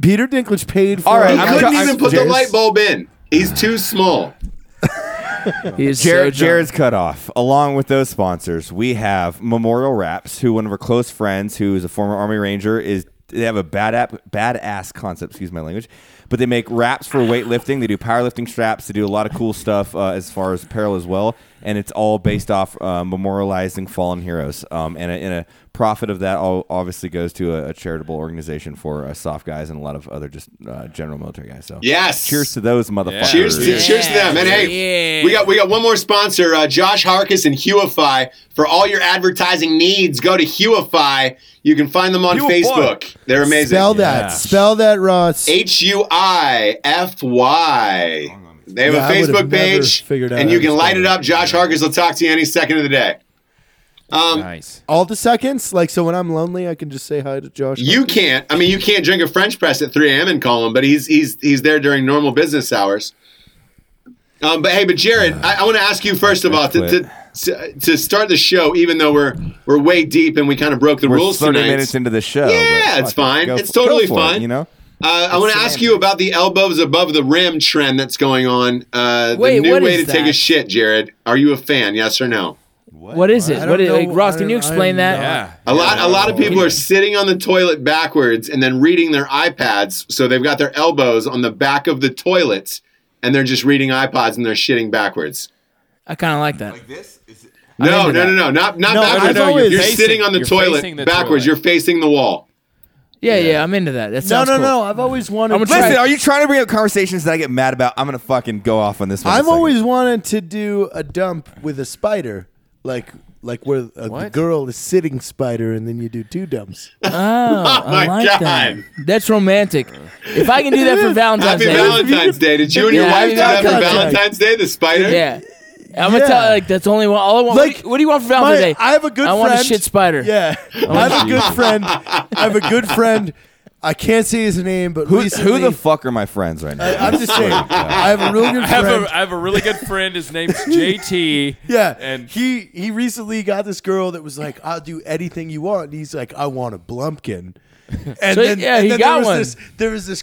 Peter Dinklage paid for.
All right,
he
I'm
couldn't
try-
even
I'm-
put the
Jared's-
light bulb in. He's too small.
He is
Jared,
so drunk.
Jared's cut off. Along with those sponsors, we have Memorial Raps, who one of our close friends, who is a former Army Ranger, is they have a bad app, badass concept. Excuse my language, but but they make wraps for weightlifting. They do powerlifting straps. They do a lot of cool stuff uh, as far as apparel as well, and it's all based off uh, memorializing fallen heroes. Um, and, a, and a profit of that all obviously goes to a, a charitable organization for uh, soft guys and a lot of other just uh, general military guys. So
Yes.
cheers to those motherfuckers.
Cheers to,
Yeah.
cheers to them. And hey,
Yeah.
we got we got one more sponsor, uh, Josh Harkis and Huify. For all your advertising needs, go to Huify. You can find them on
Huify.
Facebook. They're amazing.
Spell that.
Yeah.
Spell that, Ross.
H U I F Y. They have
Yeah,
a
I would've
Facebook
never
page,
figured out
and
how
you
to
can
spell
light it
that.
up. Josh Harkis will talk to you any second of the day.
nice.
All the seconds? Like, so when I'm lonely, I can just say hi to Josh.
You can't. I mean, you can't drink a French press at 3 a.m. and call him, but he's he's he's there during normal business hours. Um, but hey, but Jared,
Uh,
I, I want to ask you first of all to, to to- to start the show, even though we're we're way deep and we kind of broke the
We're
rules
30
tonight.
minutes into the show.
Yeah,
but
it's
fuck it.
fine.
Go
It's
for- go
totally
for it,
fine.
you know.
Uh, I want to ask you about the elbows above the rim trend that's going on. Uh,
Wait,
the new
what
way to
is
take a
that?
shit, Jared. Are you a fan? Yes or no?
What is it?
I
What
don't
is, like,
know.
Ross,
I
can you
don't- I
explain
am
that?
not-
Yeah.
A lot, a lot of people are sitting on the toilet backwards and then reading their iPads. So they've got their elbows on the back of the toilet, and they're just reading iPods and they're shitting backwards.
I kind of like that.
No,
into that.
no, no, no, not not
No,
backwards.
I've always-
you're
facing-
sitting on the
you're
toilet
facing the
backwards.
toilet.
You're facing the wall.
Yeah, yeah, I'm into that. That
No,
sounds
no,
cool.
no. I've always wanted.
I'm gonna
Listen,
Right.
are you trying to bring up conversations that I get mad about? I'm gonna fucking go off on this one. in a
I've
second.
always wanted to do a dump with a spider, like like where a
What?
girl is sitting spider, and then you do two dumps.
Oh,
my
I like that.
God.
That's romantic. If I can do that for Valentine's
Happy
Day,
Valentine's Day. Did you and your
Yeah,
wife
happy
do that for
Valentine's
Day.
Valentine's Day? The spider.
yeah, I'm gonna
Yeah.
tell like that's the only one. All I want.
Like,
what, do you, what do you want for Valentine's
My-
Day?
I have a good.
I
friend.
want a shit spider.
Yeah, I have a good friend. I have a good friend. I can't say his name, but
Who, who
recently- Uh,
the fuck are my friends right now?
I'm just saying. I have a real good
I have,
friend.
a, I have a really good friend. His name's JT.
Yeah,
And
he he recently got this girl that was like, "I'll do anything you want," and he's like, "I want a blumpkin." And
So,
then,
yeah,
and
he
then
got
there was
one.
This, there was this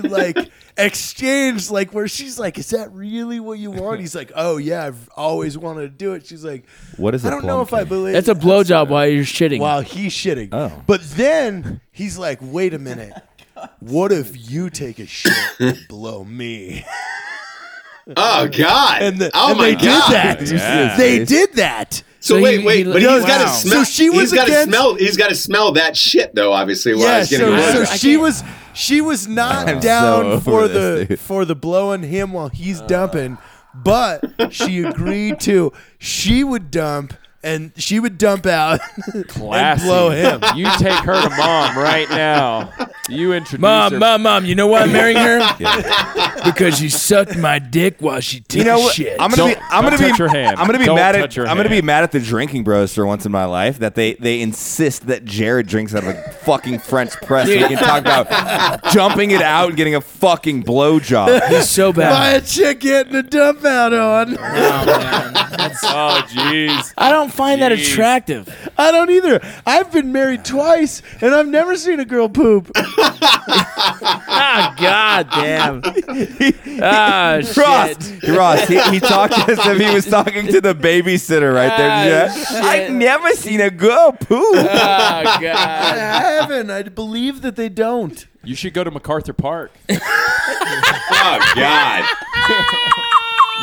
like exchange, like where she's like, "Is that really what you want?" He's like, "Oh yeah, I've always wanted to do it." She's like,
What is
I
a
don't know if I
blumpkin?"
believe
That's a blowjob while you're shitting.
While he's shitting,
Oh.
but then he's like, "Wait a minute." What if you take a shit and blow me?
Oh God.
And, the,
oh
and
my
they
God.
did that.
Yeah.
They did that.
So,
So
wait,
he-
wait,
he-
but he's got to
Wow.
smell.
So she was
he's got to
against-
smell. He's got to smell that shit, though. Obviously, while
yeah,
he's getting a
so,
blowjob.
so she was she was not
I'm so
down
over
for
this,
the
dude.
for the blowing him while he's dumping, but she agreed to she would dump and she would dump out and
classy.
blow him.
You take her to mom right now. You introduce her.
Mom, mom, mom, you know why I'm marrying her? Because she sucked my dick while she took
You know what?
shit.
I'm gonna be.
Don't-
I'm
don't
gonna be.
touch your hand.
I'm gonna be
Don't
mad at.
touch your
I'm gonna be
hand.
mad at the drinking bros for once in my life that they they insist that Jared drinks out of a fucking French press. so we can talk about jumping it out and getting a fucking blowjob.
It's so
By
bad.
a chick getting a dump out on.
Oh, jeez.
I don't find that
Jeez.
attractive.
I don't either. I've been married twice and I've never seen a girl poop.
Ah, god damn. Ah, shit.
Ross, Ross, he, he talked as if he was talking to the babysitter right there.
Ah,
Yeah.
shit.
I've never seen a girl poop.
Ah,
I
god.
haven't. I believe that they don't.
You should go to MacArthur Park.
Oh God.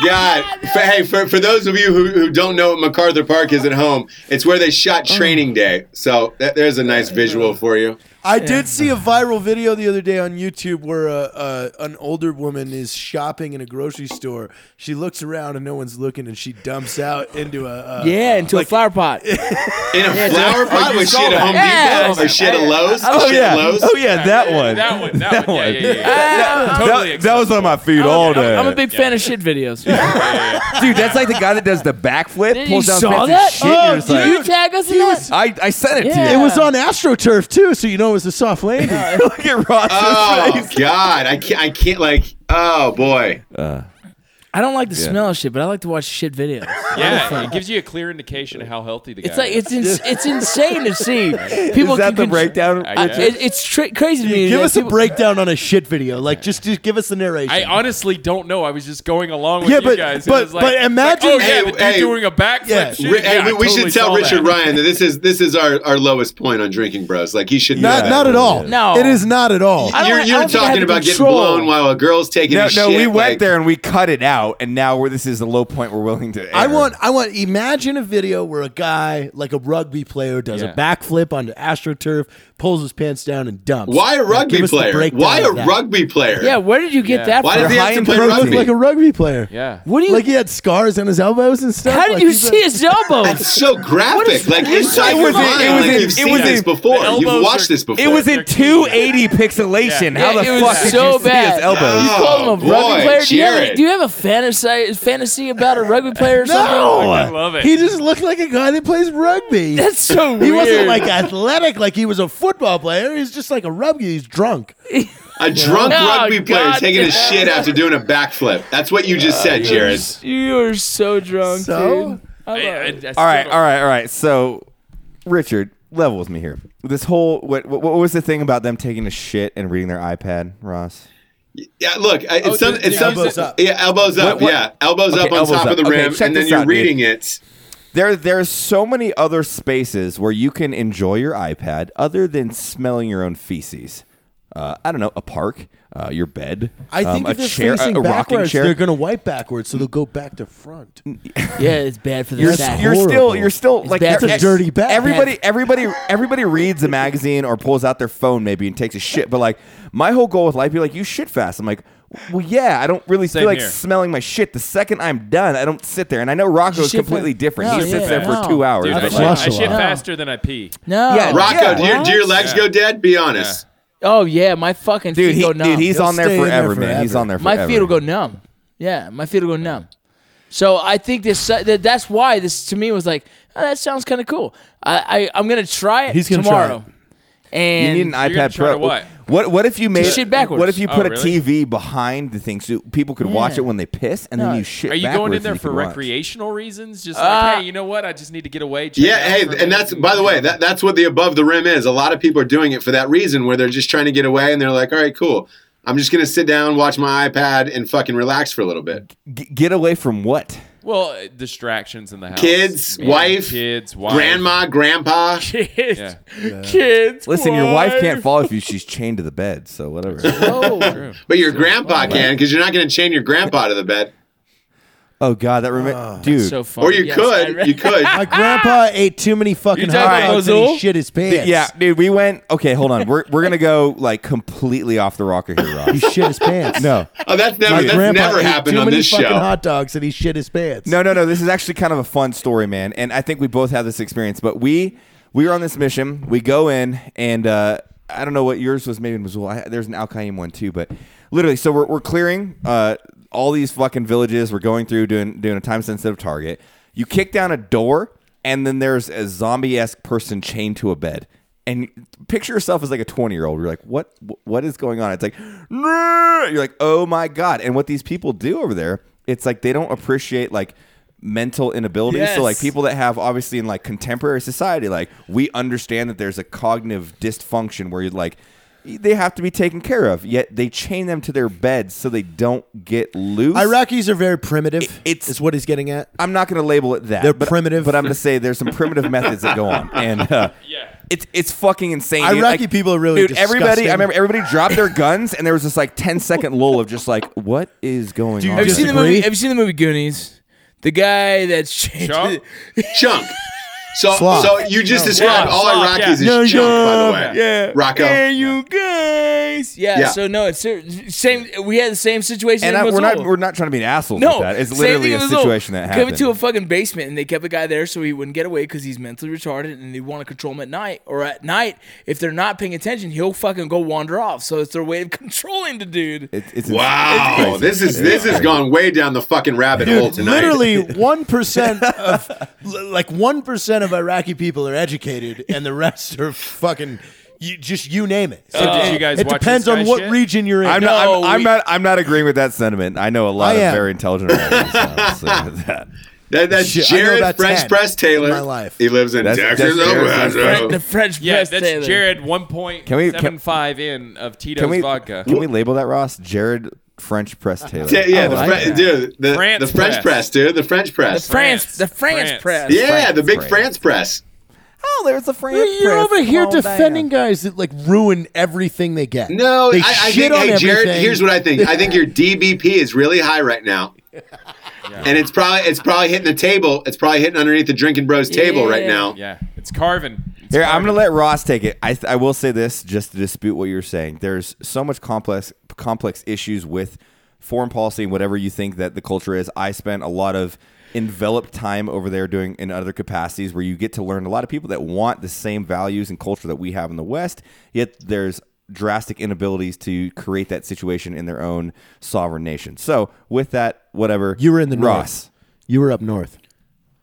God. For, hey, for, for those of you who, who don't know what MacArthur Park is at home, it's where they shot Training Day. So that, there's a nice visual for you.
I did see a viral video the other day on YouTube where uh, uh, an older woman is shopping in a grocery store. She looks around and no one's looking, and she dumps out into a. Uh,
Yeah, into a flower pot.
In a flower pot with shit at Home
that.
Depot or shit at Lowe's.
Oh
shit
yeah.
at Lowe's.
Oh yeah, that one.
That one. That, one. Yeah, yeah, yeah.
Ah,
Totally
That, that was on my feet all
I'm,
day.
I'm a big fan of shit videos.
Dude, that's like the guy that does the backflip,
you
pulls down
saw
fancy
that?
shit. and
oh,
you're just
did you
like,
tag us in that?
I, I sent it
Yeah.
to
It
you.
was on AstroTurf too, so you know it was a soft landing.
Look at Ross's
Oh
face.
God. I can't. I can't. Like. Oh boy.
I don't like the
Yeah.
smell of shit, but I like to watch shit videos.
Yeah, it gives you a clear indication of how healthy the guy.
It's like
is.
it's ins- it's insane to see people.
Is that
can
the
con-
breakdown?
I-
I, it, it's tri- crazy to me.
Give
that
us a
people-
breakdown on a shit video. Like, just, just give us the narration.
I honestly don't know. I was just going along with
Yeah,
you
but-
guys. It
but-
was like,
but
it's like,
imagine-
oh, yeah,
Hey,
the
hey.
dude doing a backflip.
Yeah.
shit.
Ri- hey,
Yeah,
we,
I
we
totally
should tell
saw that.
Richard Ryan that this is this is our, our lowest point on drinking bros. Like he should know
not,
that.
not at all.
No.
it is not at all.
I don't-
You're,
I
you're
don't think I had
talking
the
about getting
control.
blown while a girl's taking
No,
a
no,
shit.
we went
like-
there and we cut it out, and now we're, this is the low point we're willing to. Air.
I want, I want. Imagine a video where a guy, like a rugby player, does
Yeah.
a backflip onto astroturf, pulls his pants down, and dumps.
Why a
Now,
rugby
give us the
player?
breakdown
Why a
of that.
rugby player?
Yeah, where did you get
Yeah.
that?
Why
from?
does he have
High
to
in
play
protein.
Looked
rugby?
like a rugby player.
Yeah.
What do you?
like he had scars on his elbows and stuff.
how
Like,
did you
he's
see his elbows?
It's so graphic. like you're so
It was in-
mind.
it was
like
in-
you've
it
seen
was
this
in-
before.
the
You've
elbows
watched
are-
this before.
It was in 280 pixelation.
Yeah.
How the
Yeah, it was
fuck did
so
you see
bad.
his elbows?
You call him a
Oh, boy,
rugby player? Do you, have, a-
Jared.
do you have a fantasy fantasy about a rugby player or something?
I love it.
He just looked like a guy that plays rugby.
That's so weird.
he wasn't like athletic, like he was a football player. He's just like a rugby. He's drunk.
a drunk
Oh,
rugby player
God
taking
damn.
a shit after doing a backflip. That's what you
Uh,
just said, Jared.
you are so drunk,
So?
dude. I love
I- I- I
it.
still
All right,
don't-
all right, all right. So, Richard, level with me here. This whole what what, what was the thing about them taking a shit and reading their iPad, Ross?
Yeah, look, I- it's
Oh,
some,
the-
it's
the
some,
elbows up.
yeah, elbows up,
What- what-
yeah, elbows
Okay,
up on
elbows
top
up.
of the
Okay,
rim,
check
and then
this
you're
out, dude.
reading it.
There there's so many other spaces where you can enjoy your iPad other than smelling your own feces. Uh, I don't know, a park, uh, your bed,
I think
um,
if
a
they're
chair, a,
facing
a rocking
backwards,
chair.
they're going to wipe backwards, so they'll go back to front.
Yeah, it's bad for the
You're-
sack.
you're still
horrible.
you're still
It's
like
bad
e-
for
e-
the
dirty back.
Everybody everybody everybody reads a magazine or pulls out their phone maybe and takes a shit. But like my whole goal with life, be like you shit fast. I'm like, well, yeah, I don't really
Same
feel like
here.
smelling my shit. The second I'm done, I don't sit there. And I know Rocco is
shit
completely
fast.
different.
No,
he sits
yeah,
there for
no.
two hours.
Dude, I
but,
shit,
like,
flush
I
a
shit
lot.
faster than I pee.
no,
Yeah,
Rocco,
Yeah.
do, your, do your legs go dead? Be honest.
Oh yeah, my fucking
dude,
feet
he,
go numb.
dude, he's
He'll
on there
stay in there
forever, man.
forever.
He's on there
my
forever.
feet will go numb. Yeah, my feet will go numb. So I think this uh, that, that's why this to me was like oh, that sounds kind of cool. I, I I'm gonna try it
He's gonna try
tomorrow.
You
And
need an
you're gonna
iPad
try
Pro.
to what?
What what if you made
shit backwards.
What if you
Oh,
put a
really?
TV behind the thing so people could watch
Yeah.
it when they piss and
No.
then you shit
Are you
backwards
going in
and
there
you
for
can watch.
recreational reasons? Just
Uh,
like, hey, you know what? I just need to get away. check
Ah. Yeah,
out
hey,
for a
and
minute.
that's by the way, that that's what the above the rim is. A lot of people are doing it for that reason, where they're just trying to get away, and they're like, "All right, cool, I'm just gonna sit down, watch my iPad, and fucking relax for a little bit."
G- get away from what?
Well, uh, distractions in the house.
Kids,
Man,
wife,
kids, wife,
Grandma, grandpa,
kids,
Yeah.
kids.
Listen, your wife can't
why?
follow if you. She's chained to the bed, so whatever.
Oh,
but your grandpa can because you're not gonna chain your grandpa to the bed,
oh God, that remi- dude.
so funny.
or you could, you could.
Ah!
My grandpa ate too many fucking
You
hot
talking
dogs
about
and he
Ozul?
shit his pants.
yeah, dude, we went. Okay, hold on. We're we're gonna go like completely off the rocker here,
he
Ross.
shit his pants.
No,
Oh, that's never
my
that's
grandpa
never
ate
happened
too
on
many
this
fucking
show.
hot dogs and he shit his pants.
No, no, no. This is actually kind of a fun story, man. And I think we both have this experience. But we we were on this mission. We go in, and uh, I don't know what yours was. Maybe in Missoula. I, there's an Al Qaim one too. But literally, so we're, we're clearing uh, all these fucking villages. We're going through doing doing a time sensitive target. You kick down a door, and then there's a zombie esque person chained to a bed. And picture yourself as like a 20 year old. You're like, what? What is going on? It's like, "No!" you're like, oh my god. And what these people do over there, it's like they don't appreciate like mental inabilities. So like
Yes.
people that have obviously in like contemporary society, like we understand that there's a cognitive dysfunction where you're like they have to be taken care of. Yet they chain them to their beds so they don't get loose.
Iraqis are very primitive.
it's-
is what he's getting at.
I'm not going to label it that.
They're
but,
primitive.
but I'm going to say there's some primitive methods that go on, and uh,
Yeah.
it's it's fucking insane. dude.
Iraqi
Like,
people are really
dude. Everybody,
disgusting.
I remember everybody dropped their guns, and there was this like 10 second lull of just like, what is going on?
Have you seen the
Disagree?
movie? Have you seen the movie Goonies? The guy that's changed.
Chunk?
Chunk. So,
Sloth.
so you just described
yeah,
all
sloth,
Iraqis
yeah.
as chunk, by the way.
Yeah.
Rocco.
Hey, you guys. Yeah,
Yeah.
So no, it's ser- same. We had the same situation.
and
in
I, we're not
Missoula.
we're not trying to be an asshole
no,
with that. It's
same
literally
thing
a
in Missoula.
situation that
Came
happened.
into a fucking basement, and they kept a guy there so he wouldn't get away because he's mentally retarded, and they want to control him at night. Or at night, if they're not paying attention, he'll fucking go wander off. So it's their way of controlling the dude.
It- it's it's
Wow,
crazy.
this is this has gone way down the fucking rabbit hole tonight.
Literally one percent of, l- like one percent of Iraqi people are educated, and the rest are fucking You just Uh, you name it.
So did you guys
it
watch
depends
this
on
guy
what
shit?
region you're in.
I'm not. I'm,
No,
I'm
we-
not. I'm not agreeing with that sentiment. I know a lot
I
of
am.
very intelligent. Americans, so I'll say that.
That, that's
Shit, I know
Jared
about
French
10
Press Taylor.
in my life.
He lives in
That's-
Texas.
that's Jared
Ohio.
French Press
The French
Yeah,
press
that's
Taylor.
Jared one point
Can we- can-
seven five in of Tito's
Can we?
vodka.
Can we label that Ross Jared French Press Taylor?
Yeah, yeah,
I
the,
like
Fre-
that.
dude, the,
France
the French
press.
press. dude, the French
The
press.
France,
France.
the France,
France.
press.
yeah,
France
the big
press.
France press.
Oh, there's the French.
You're
press.
over here
Come on
defending
down.
guys that like ruin everything they get.
No,
they
I, I
shit
think,
on
hey, Jared,
everything.
here's what I think. I think your DBP is really high right now. And it's probably it's probably hitting the table. It's probably hitting underneath the drinking bros table right
Yeah.
now.
Yeah, it's carving. It's
Here, I'm
carving.
going to let Ross take it. I, th- I will say this just to dispute what you're saying. There's so much complex complex issues with foreign policy and whatever you think that the culture is. I spent a lot of enveloped time over there doing in other capacities where you get to learn a lot of people that want the same values and culture that we have in the West, yet there's drastic inabilities to create that situation in their own sovereign nation. So, with that, whatever.
You were in the
Ross.
north. You were up north.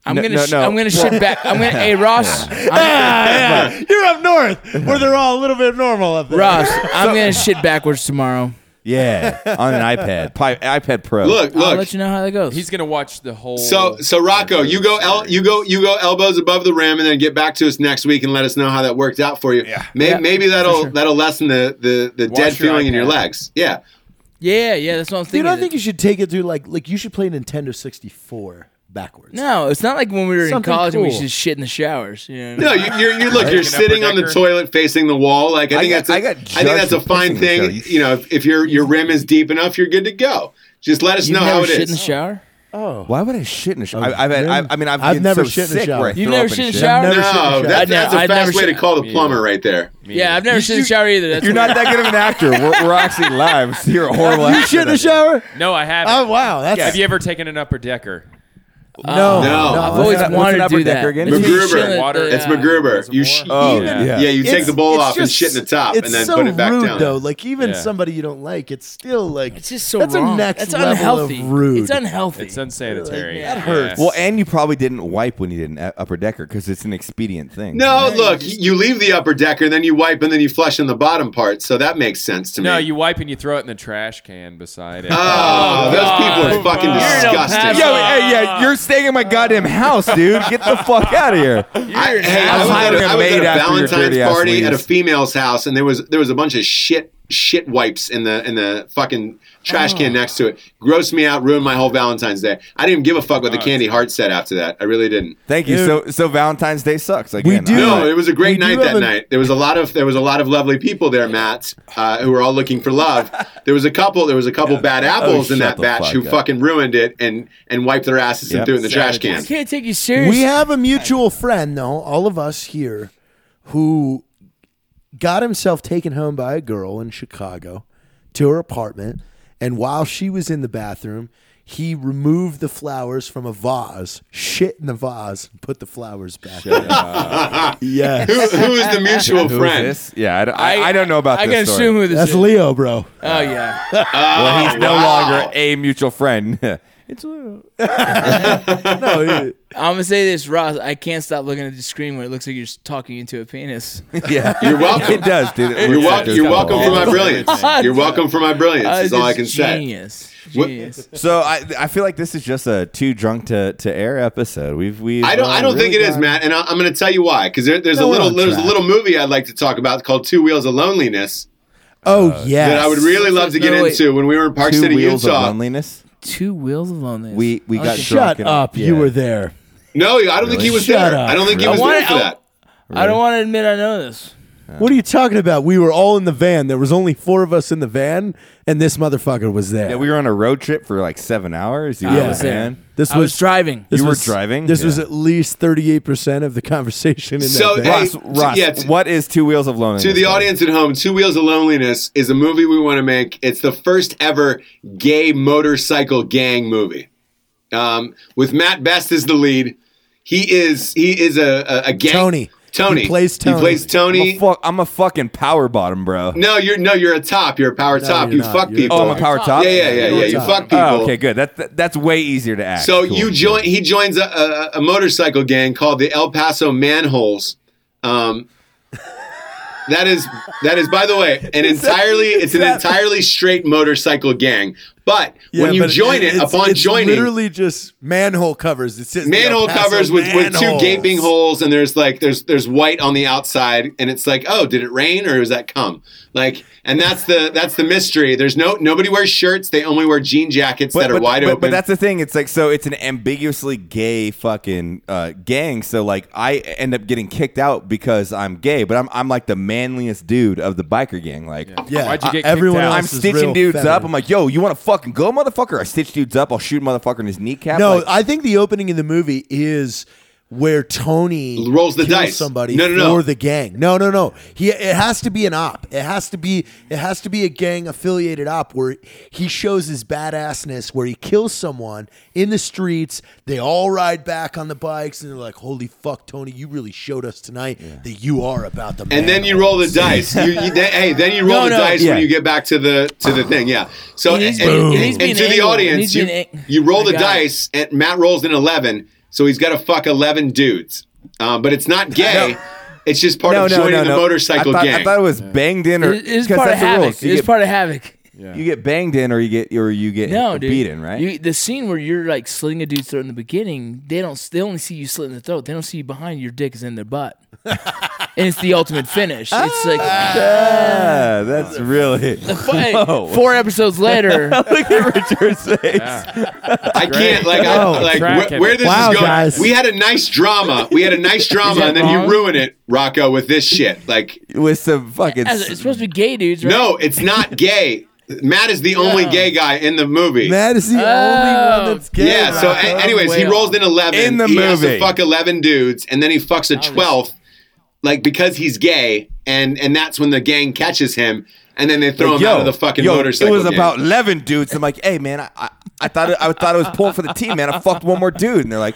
I'm
No,
gonna,
no,
sh-
no.
I'm gonna shit back. I'm gonna, hey Ross, I'm,
You're up north, where they're all a little bit normal up there.
Ross, I'm gonna shit backwards tomorrow.
Yeah, on an iPad. Pi- iPad Pro.
Look,
I'll
look.
let you know how that goes.
He's gonna watch the whole.
So so Rocco, you go el- you go you go elbows above the rim, and then get back to us next week and let us know how that worked out for you. Yeah. Maybe,
Yeah,
maybe that'll
sure.
that'll lessen the the, the
Wash
dead
your
feeling in your
iPad.
legs. Yeah.
yeah, yeah, that's what I'm
Dude,
thinking.
I think you should take it through like like you should play Nintendo 64 backwards.
no, it's not like when we were in
Something
college and we
cool.
just shit in the showers. You know what I mean?
No, you, you're, you're look. You're
Taking up
sitting on the
Decker.
toilet, facing the wall. Like I
I
think
got-
that's a,
I
I
got
think
judged
that's a
for
fine
pissing in the
thing.
shower.
You know, if, if your your rim is deep enough, you're good to go. Just let us
You've
know
never
how it
shit in the
is.
shower.
Why would I shit in a shower? I, I've had, I, I mean, I've,
Oh, I've
been
never
so
shit in a
sick where
shower.
I
You've
throw
never
up and
shit in the
shit.
shower.
Never shit in
No,
the shower.
I
that,
know,
that's a
I've
fast
never
way to
shit-
call the plumber right there.
Yeah, I've never shit in the shower either. That's
You're not that good of an actor. We're, we're actually live. So you're a horrible actor.
You shit in the
then.
shower?
No, I haven't.
Oh wow, that's
Have you ever taken an upper decker?
no,
No.
I've
What's
always
that- what's
wanted
an
to
upper
do that.
decker again?
It's when you
MacGruber.
shit in the-
Water.
It's
yeah.
MacGruber. You sh-
Oh,
even,
yeah.
yeah. you take the bowl off and shit in the top, and then
so
put it back
rude,
down.
Though, like even
Yeah.
somebody you don't like, it's still like
It's just so
that's
wrong.
a next
that's
level
unhealthy.
of rude.
It's unhealthy.
It's unsanitary.
That hurts.
Well, and you probably didn't wipe when you did an u- upper decker because it's an expedient thing.
No, look, you leave the upper decker, then you wipe, and then you flush in the bottom part. So that makes sense to me.
no, you wipe and you throw it in the trash can beside it.
Oh, those people are fucking
You're an El
disgusting.
Paso.
Yo, hey, yeah, you're staying in my goddamn house, dude. Get the fuck out of here.
I, hey,
I'm
I was, at
hiring
a,
a
I was at
maid
a
after your
Valentine's
dirty ass
party at a
leaves.
female's house, and there was there was a bunch of shit shit wipes in the in the fucking trash can next to it. Grossed me out, ruined my whole Valentine's Day. I didn't give a fuck what
Oh,
the candy heart said after that. I really didn't.
Thank you. So, so Valentine's Day sucks. Again,
do.
I'm
No,
like-
No, it was a
We
great
do
night
have
that
a-
night. There was a lot of there was a lot of lovely people there, Matt, uh, who were all looking for love. There was a couple. There was a couple bad apples
Oh,
in
shut
that
the
batch
fuck
who
up.
fucking ruined it and and wiped their asses
Yep.
and threw it in the trash
I
can.
can't take you serious.
we have a mutual friend, though, all of us here, who got himself taken home by a girl in Chicago to her apartment, and while she was in the bathroom, he removed the flowers from a vase, shit in the vase, and put the flowers back. in. yeah,
Who, who is the mutual
Who is
friend?
this? Yeah, I, don't- I, I don't know about
I
this.
can
story.
assume Oh, who this
that's
is.
Leo, bro.
oh yeah.
well, he's no
wow.
longer a mutual friend. it's Lou.
No,
I'm gonna say this, Ross. I can't stop looking at the screen when it looks like you're just talking into a penis.
Yeah,
You're welcome.
It does, dude. It
You're,
looks
wel-
like there's
you're
a
welcome for
ball.
my brilliance. You're welcome for my brilliance. Is all I can say.
genius. say.
What-
Genius. Genius.
So I I feel like this is just a too drunk to, to air episode. We've we
I don't. I don't think it is, Matt, and I, I'm going to tell you why. Because there, there's
No,
a
we're
little.
on
There's a
track.
little movie I'd like to talk about called Two Wheels of Loneliness
oh yeah,
that Uh, I would really love to get
No, wait.
into when we were in Park
Two
City,
wheels of
Utah.
loneliness.
Two wheels of loneliness. Oh,
We we got drunk
Shut
and-
up! You
yeah.
were there.
No, I don't think he was
Shut
there.
up.
I don't think he
I
was
wanna-
there for
I-
that.
I don't want to admit I know this.
What are you talking about? We were all in the van. There was only four of us in the van, and this motherfucker was there.
Yeah, we were on a road trip for like seven hours. You
Yeah.
were man.
This
I was
was
driving.
This
You were
was-
driving?
This was
Yeah.
at least thirty-eight percent of the conversation. In
So,
that
hey,
van.
Ross, Ross,
yeah, to-
what is two wheels of loneliness?
To the
man?
audience at home, Two Wheels of Loneliness is a movie we want to make. It's the first ever gay motorcycle gang movie. Um, with Matt Best as the lead. He is he is a, a, a gang
Tony.
Tony.
He plays Tony.
He plays
I'm
Tony.
a, fuck, I'm a fucking power bottom, bro.
no, you're no, you're a top. You're a power top.
you're
You
not.
fuck
You're-
people.
oh, I'm a power top.
Yeah, yeah, yeah, yeah. You
top.
fuck people.
Oh, okay, good. That, that that's way easier to act.
So
Cool.
you join. He joins a, a, a motorcycle gang called the El Paso Manholes. Um, That is that is by the way an entirely it's an entirely straight motorcycle gang. But
Yeah,
when you
but
join it,
it's-
upon
it's
joining,
literally just manhole covers. It says
manhole
El Paso
covers with, with two
manholes.
gaping holes, and there's like there's there's white on the outside, and it's like oh did it rain or was that cum? Like and that's the that's the mystery. There's no nobody wears shirts. They only wear jean jackets that are wide
but,
open.
But that's the thing. It's like so. It's an ambiguously gay fucking uh, gang. So like I end up getting kicked out because I'm gay, but I'm I'm like the manliest dude of the biker gang. Like.
Yeah, uh,
Why'd you get
everyone
kicked
else
out?
I'm
is
stitching
real
dudes
feminine.
up. I'm like, yo, you want to fucking go, motherfucker? I stitch dudes up. I'll shoot a motherfucker in his kneecap.
No,
like,
I think the opening of the movie is where Tony
Rolls the
kills
dice.
Somebody
No, no, no.
for the gang. No, no, no. He it has to be an op. It has to be it has to be a gang affiliated op where he shows his badassness where he kills someone in the streets. They all ride back on the bikes and they're like, "Holy fuck, Tony, you really showed us tonight that you are about the."
and then you roll the dice. You, you, then, hey, then you roll
No,
the
no,
dice
yeah.
when you get back to the to the thing. Yeah. So
It needs
and,
to be- it
and-
needs to be
and
an
to the
angle. It
audience,
needs to
you,
be an ang-
you roll
I
the
got it.
dice, and Matt rolls an eleven, so he's got to fuck eleven dudes. Um, but it's not gay. It's just part
no,
of
no,
joining
no,
the
no.
motorcycle
I thought,
gang.
I thought it was banged in, or
It is part of
that's the
havoc.
rules.
It
You
is
get-
part of havoc.
You get banged in, or you get, or you get
No, dude.
beaten, right?
You, the scene where you're like slitting a dude's throat in the beginning, they don't. They only see you slitting the throat. They don't see you behind. Your dick is in their butt, and it's the ultimate finish. It's like
Ah!
yeah, that's really.
but four episodes later.
Look at Richard's face.
I can't like I, like
Track
where,
it.
where this
Wow,
is going.
guys.
We had a nice drama. We had a nice drama,
that
and then
wrong?
you ruin it, Rocco, with this shit. Like,
With some fucking.
as- it's supposed to be gay dudes, right?
no, it's not gay. Matt is the only gay guy in the movie.
Matt is the only one that's gay.
Yeah. So, a-
Rocco.
anyways, he
Well.
rolls in eleven.
In the
he has to
movie.
fuck eleven dudes, and then he fucks a twelfth, like because he's gay, and and that's when the gang catches him, and then they throw him out of the fucking
yo,
motorcycle.
It was
gang.
about eleven dudes. I'm like, hey man, I, I, I thought it, I thought it was pulling for the team, man. I fucked one more dude, and they're like,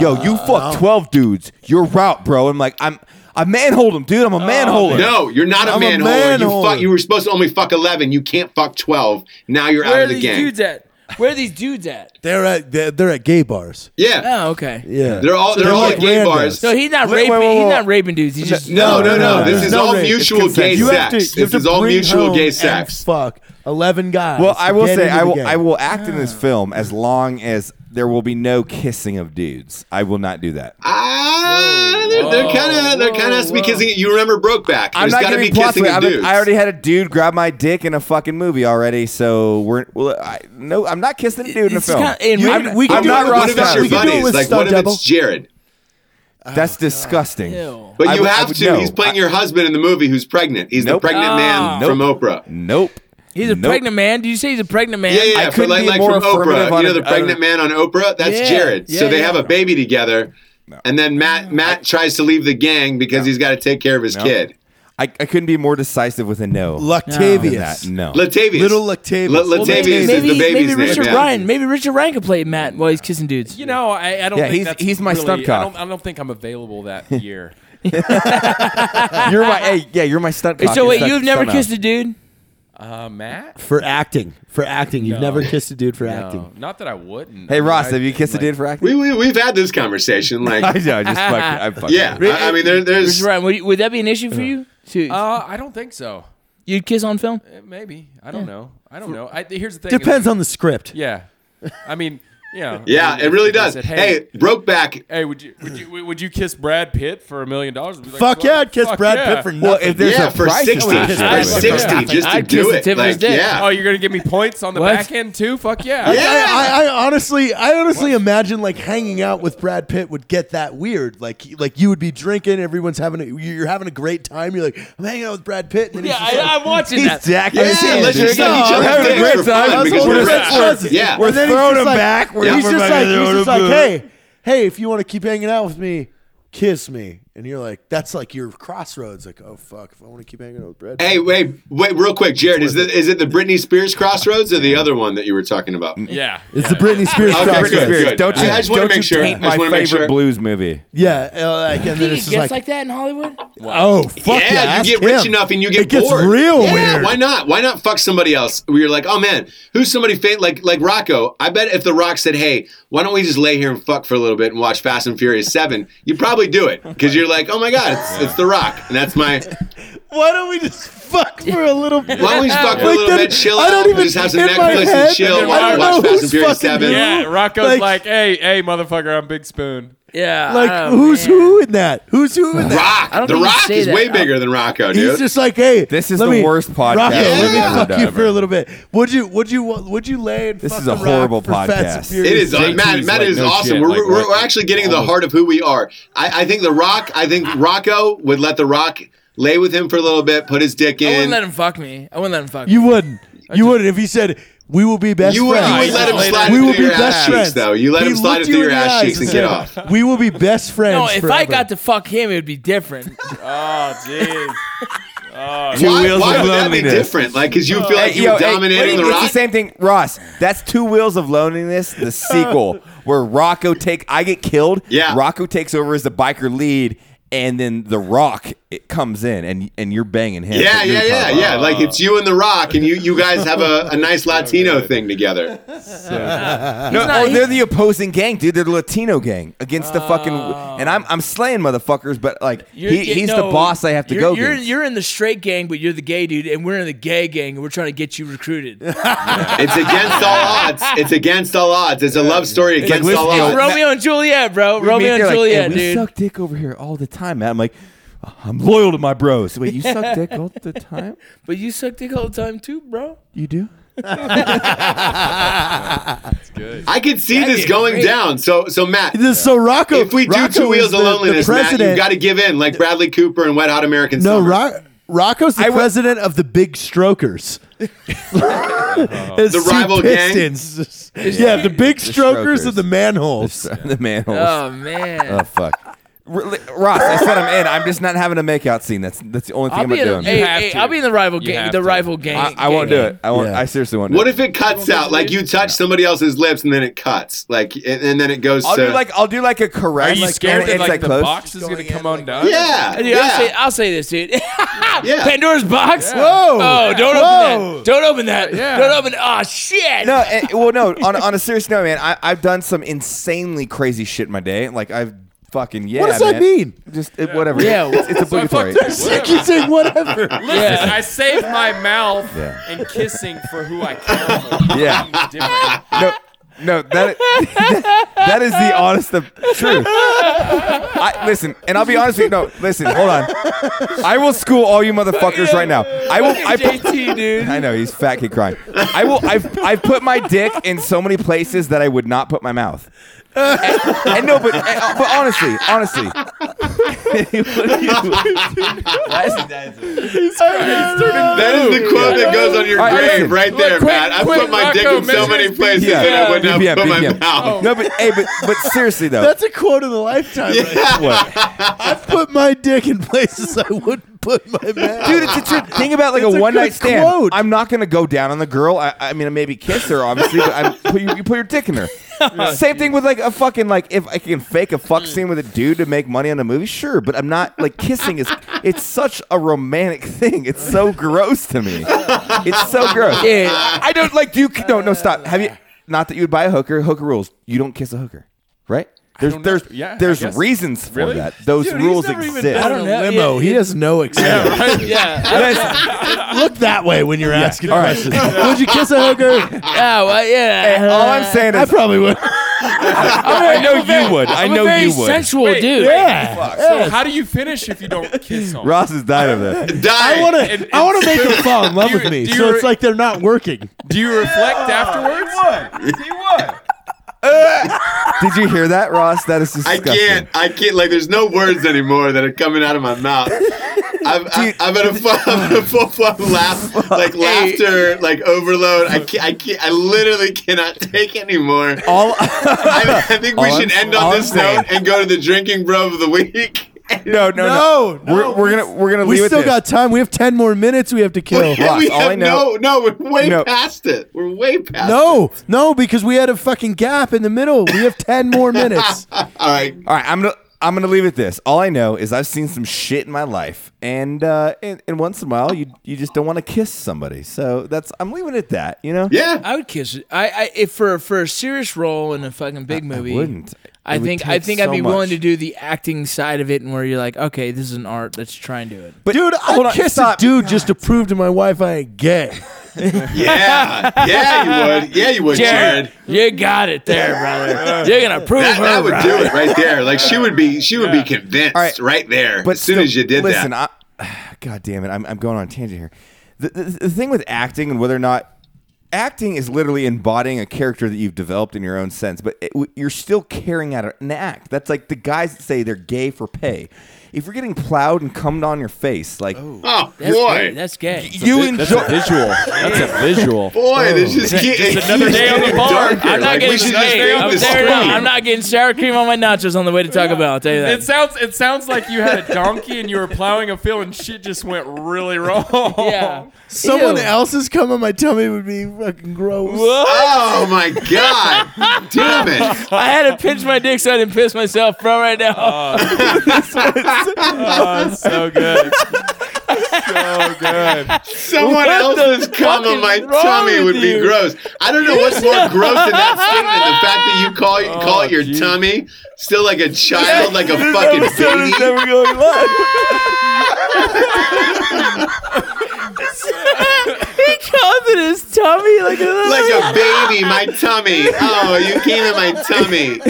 yo,
Uh,
you fucked twelve dudes. You're out, bro. I'm like, I'm I manholed him,
Oh,
dude. I'm a manholder.
No, you're not a
I'm a
manholer. you
manholer.
fuck. You were supposed to only fuck eleven. You can't fuck twelve. Now you're
Where
out
are
of the
these
gang.
dudes at? Where are these dudes at?
they're at they're, they're at gay bars.
yeah.
Oh, okay.
Yeah,
They're all they're
they're
all
like
at gay
randos.
bars.
So he's not
Wait,
raping.
wait, wait,
he's
wait.
not raping dudes. He's just
No, no, no.
no,
This
no.
is
No
all
rape. It's
mutual gay
consensual. You
have
sex.
to- you
This
have to
is all
bring
mutual
home
gay
and
sex.
Fuck eleven guys.
Well, I will
Get
say
into
I
the
will
game.
I will act in this film as long as there will be no kissing of dudes. I will not do that.
Ah, they're- they're kind of they're kind of has to be kissing. You remember Brokeback?
I'm
There's
not
got to
giving
be
plots
kissing
away.
of
I've been-
dudes.
I already had a dude grab my dick in a fucking movie already, so we're well. I, no, I'm not kissing a dude in a
It's
film.
kinda- and
You-
I'm-
we can
I'm
do
not
it
what
with
if it's
Ross
your
We can do it
buddies?
with
Like what if
Stunt Double.
it's Jared?
That's disgusting.
Ew.
But
I
you
would- I
have
would-
to.
no.
He's playing
I-
your husband in the movie who's pregnant. He's
Nope.
the pregnant
Ah.
man from
Nope.
Oprah.
Nope.
He's a
Nope.
pregnant man. Do you say he's a pregnant man?
Yeah, yeah,
I
yeah. For,
couldn't
like,
be
like
more
from
affirmative
Oprah.
on
You know
a-
the
on a-
pregnant man on Oprah? That's
Yeah,
Jared. so
yeah,
they have
yeah.
a baby together. And then Matt Matt tries to leave the gang because he's got to take care of his kid.
I, I couldn't be more decisive with a no. than that.
Lactavius.
No.
Latavius.
Little Latavius.
La-
Well,
Latavius
maybe,
is
maybe,
the baby's
maybe
name.
Richard
yeah.
Ryan. Maybe Richard Ryan could play Matt while he's kissing dudes.
You know, I, I don't
Yeah,
think
he's-
that's
he's my
really,
stunt
I
cock.
don't, I don't think I'm available that year.
you're my. Hey, yeah, you're my stunt. cock
so
and
wait,
stunt-
you've never
stunt
kissed a dude?
uh, Matt?
for acting. For acting, you've
No.
never kissed a dude for
No,
acting.
not that I wouldn't.
Hey
I mean,
Ross,
I-
have you kissed
like,
a dude for acting?
We, we, we've had this conversation.
I
Like,
know. I Just fucking. I fucking.
yeah. I, I mean, there, there's.
Richard Ryan, would, you- would that be an issue for you? To-
Uh, I don't think so.
you'd kiss on film?
Eh, Maybe I don't know. I don't know. I, here's the thing.
Depends on the script.
Yeah, I mean, yeah. I
Yeah,
mean,
it really
if I
does.
said,
Hey, Brokeback.
Hey, would you would you would you kiss Brad Pitt for a million dollars? I'd be like,
Fuck yeah, I'd kiss
fuck
Brad
yeah.
Pitt for nothing.
Well, if there's
yeah,
a
for
price
60.
tag,
For
I'd fuck
60,
yeah.
just to
I'd kiss
do
the
it.
tip of his
Like,
dick.
Oh,
yeah.
you're gonna give me points on the
What?
back end too? Fuck yeah.
Yeah.
I, I, I honestly, I honestly imagine like hanging out with Brad Pitt would get that weird. Like, like you would be drinking, everyone's having, a, you're having a great time. You're like, I'm hanging out with Brad Pitt. And then
Yeah,
he's just like,
I, I'm watching
He's
that.
jacked.
Yeah, let's just
Dude.
suck each
I'm
other's
"Oh, having a
dicks
great
for
time
fun
That's
because
what
we're
we're
rich.
friends.
Yeah.
We're
And then he's
throwing
just
him
like-
back. We're
he's
throwing
just
him
like,
back.
he's just like, hey, hey, if you want to keep hanging out with me, kiss me. And you're like, that's like your crossroads. Like, oh fuck, if I want to keep hanging out with Brad. Pitt.
Hey, wait, wait, real quick, Jared. Is, the, is it the Britney Spears crossroads or the other one that you were talking about?
Yeah.
It's the Britney Spears
Okay,
Britney
good,
crossroads.
Spears.
good.
Don't you?
I just wanna
don't
make
you
sure.
taint
I just
my
wanna make
favorite
sure.
blues movie.
Yeah, uh, like, and then
Did
it's
he
just
gets
like,
like that in Hollywood?
oh fuck,
yeah,
yeah,
you
ask
get rich
him.
enough and you get
it gets
bored.
real
yeah,
weird.
Why not? Why not fuck somebody else? Where you're like, oh man, who's somebody faint like like Rocco? I bet if the Rock said, hey, why don't we just lay here and fuck for a little bit and watch Fast and Furious Seven? You probably do it because you're like, oh my god, it's, it's the Rock, and that's my
Why don't we just fuck for a little bit?
Why don't we just fuck for a
Like,
little
then-
bit, chill
I
out,
don't
we
even
just have some
in my
Netflix
head,
and chill,
I
watch,
don't
watch
know
Fast and
who's
Furious
fucking
7.
who.
Yeah, Rocco's
Like-
like, hey, hey, motherfucker, I'm Big Spoon.
Yeah.
Like
oh,
who's
man.
who in that? Who's who in that?
Rock.
I don't
the
think you
Rock
say
is
that.
way
I-
bigger than Rocco,
He's
dude.
just like, hey,
This is
let
the
me-
worst podcast
Rocco, let
Yeah.
me fuck you
ever.
for a little bit. Would you? Would you? Would you lay? And
This
fuck
is a
the
horrible
rock for Fast and
podcast.
Furious?
It is.
JT
Uh, Matt,
is
Matt
like,
is
no
awesome.
shit,
we're,
like,
we're, we're
like,
actually getting to the heart of who we are. I, I think The Rock, I think Rocco would let The Rock lay with him for a little bit, put his dick
I wouldn't
in.
let him fuck me. I wouldn't let him fuck
You
me.
wouldn't. You wouldn't if he said we will be best
You would,
friends.
you would let him
Later.
slide
we
it
will
through
be
your
best
ass cheeks,
friends.
though. You let
He
him slide it
looked you
through your
in the
ass
eyes
cheeks and
said,
get off.
We will be best friends.
No, if I
forever."
got to fuck him, it would be different.
Oh, jeez.
Two
Why,
wheels
why
of
would that be
loneliness.
different? Like, because you feel
Hey,
like you
yo,
were
hey,
dominating
it's
The
the
Rock?
same thing, Ross. That's Two Wheels of Loneliness, the sequel, where Rocco take I get killed.
Yeah.
Rocco takes over as the biker lead, and then The Rock it comes in, and and you're banging him.
Yeah,
That's what you're
yeah, yeah,
talking
yeah.
about.
Like it's you and The Rock, and you you guys have a, a nice Latino thing together.
No,
not-
oh, they're the opposing gang, dude. They're the Latino gang against the fucking.
Oh.
And I'm I'm slaying motherfuckers, but like
You're-
he,
you-
he's
no,
the boss. I have to
you're,
go.
You're,
against.
you're in the straight gang, but you're the gay dude, and we're in the gay gang, and we're trying to get you recruited.
It's against all odds. It's against all odds. It's a love story against
listen,
all
yo,
odds.
Ro-
Romeo and Juliet, bro.
We meet
Romeo
there,
and
like,
Juliet,
"Hey,
dude.
We suck dick over here all the time, man. I'm like, I'm loyal to my bros. Wait, you suck dick all the time?
But you suck dick all the time too, bro.
You do?
I could see this
is
going
great.
down. So so Matt,
This, so Rocco.
if we do
Rocco
two wheels
is
of
the-
loneliness,
the
Matt,
president,
you've got to give in, like Bradley Cooper and Wet Hot American
No,
Summer.
Rock, Rocco's the
I would-
president of the big strokers. It's
The
two
rival gang?
Pistons. Yeah, the big
The
strokers
strokers.
and the manholes.
the manholes.
Oh man.
Oh fuck. R- li- Ross, I said I'm in. I'm just not having a makeout scene. That's that's the only thing
I'll
I'm
be,
not
in,
doing.
hey,
You have
hey,
to.
I'll be in the rival
You
gang.
have
The
to.
rival gang.
I, I won't
gang.
do it. I won't.
Yeah.
I seriously won't.
What
do
if it cuts out? Like you touch somebody else's lips and then it cuts. Like and, and then it goes
I'll
to
do like I'll do like a caress.
Are you
like,
scared
and
that
it's,
like, the
close.
box is gonna come undone?
yeah,
Dude, I'll, say,
yeah.
I'll say this, dude.
Yeah.
Pandora's box.
Whoa.
Oh, don't
Whoa.
open that. Don't open that.
Yeah.
Don't open. Oh shit.
No, and, well, no. On, on a serious note, man, I, I've done some insanely crazy shit in my day. Like I've fucking yeah.
What does that
man.
mean?
Just it, whatever.
Yeah.
it's, it's obligatory.
Sick, you say whatever.
Listen, I saved my mouth
Yeah.
and kissing for who I care for.
Yeah.
I'm different.
no, no, that, that is the honest of truth. I, listen, and I'll be honest with you. No, listen, hold on. I will school all you motherfuckers right now. I will. I,
JT, dude.
I know he's fat kid crying. I will. I've I've put my dick in so many places that I would not put my mouth. And, and no, but and- but honestly, honestly,
That is the quote that goes on your
All right,
grave
listen.
right there,
quick,
Matt. I
quick,
put my dick
Rocco,
in so many
measures
places
yeah,
that I would not
BPM,
put my
BPM.
mouth.
No, but hey, but but seriously though,
That's a quote of the lifetime. right there.
what?
I've put my dick in places I wouldn't put my mouth.
dude, it's the truth. Think about like
It's
a
a
one night
good
stand.
quote.
I'm not gonna go down on the girl. I, I mean, maybe kiss her, obviously, but I'm, put, you, you put your dick in her. Same thing with like a fucking like if I can fake a fuck scene with a dude to make money on a movie, sure, but I'm not like kissing is. It's such a romantic thing. It's so gross to me. It's so gross.
Dude.
I don't like. Do you? No, no, stop. Have you? Not that you would buy a hooker. Hooker rules. You don't kiss a hooker, right? There's
don't know.
there's
Yeah, I
there's
guess.
reasons for
Really?
that. Those
Dude, he's
rules
never even
exist.
I don't
know.
know. Limo.
Yeah,
He has no experience.
yeah.
Look that way when you're asking questions. Would you kiss a hooker? Uh,
Yeah. Well, yeah.
Hey, all I'm saying
I
is
probably would.
I know you would. I
I'm
know
a very
you would.
sensual dude.
Yeah.
So how do you finish if you don't kiss on?
Ross is dying of that.
Die.
I want
And-
to. I want to make them fall in love
Do you-
with me.
do you
So
re-
it's like they're not working.
Do you reflect afterwards?
Did you hear that, Ross? That is
I
disgusting.
can't. I can't. Like, there's no words anymore that are coming out of my mouth. I've, I, I'm at a full, I'm at a full blown laugh, like laughter, like overload. I can't. I can't. I literally cannot take anymore.
All,
I, I think we
All
should
Oh, I'm-
end
all
on
I'm
this
saying-
note and go to the drinking bro of the week.
no, no, no,
No,
We're, we're gonna we're gonna leave
We
it
still
this.
got time. We have ten more minutes. We have to kill.
Ross,
we
all I
have
know-
no, no, we're way
No.
past it. We're way past.
No, no, because we had a fucking gap in the middle. We have ten more minutes.
it. All right.
All right, I'm gonna I'm gonna leave it this. All I know is I've seen some shit in my life, and uh, and, and once in a while, you you just don't want to kiss somebody. So that's I'm leaving it at that. You know?
Yeah.
I would kiss it. I, I if for for a serious role in a fucking big
I
movie,
wouldn't.
I
It would
think I
take
think
so
I'd be willing
much.
to do the acting side of it, and where you're like, okay, this is an art. Let's try and do it.
But
dude,
hold
I'd
on,
kiss
stop.
a dude just to prove to my wife I ain't gay.
Yeah. Yeah, you would. Yeah, you would, Jared.
Jared, you got it there, brother. You're gonna prove
That,
her
that would
right.
do it right there. Like she would be, she would be convinced
All right.
right. there.
But
as soon
still-
as you did
listen,
that,
I, God damn it, I'm, I'm going on a tangent here. The, the, the thing with acting and whether or not acting is literally embodying a character that you've developed in your own sense, but it, you're still carrying out an act. That's like the guys that say they're gay for pay. If you're getting plowed and cummed on your face, like
oh
That's gay.
boy,
That's gay.
you
That's a
enjoy.
visual. That's a visual.
boy, this is getting
another day on the
getting
bar.
darker.
I'm not
Like, we
getting
should just
hey,
stay on
I'm,
this
there it is.
screen.
I'm not getting sour cream on my nachos on the way to Taco Bell. I'll tell you
It
that.
sounds it sounds like you had a donkey and you were plowing a field and shit just went really wrong.
Yeah.
Someone
Ew.
else's cum on my tummy would be fucking gross.
Oh my god, damn it!
I had to pinch my dick so I didn't piss myself, bro. Right now.
Uh.
Oh, it's so good. so good.
Someone
What the
else's cum
fuck
on
is
my
wrong
tummy
with
would be
you?
gross. I don't know what's more gross than that statement. The fact that you call
Oh,
call it your
geez.
tummy, still like a child, like a fucking
episode is
baby.
never going live.
he comes in his tummy like a little.
Like a baby, my tummy. Oh, you came in my tummy.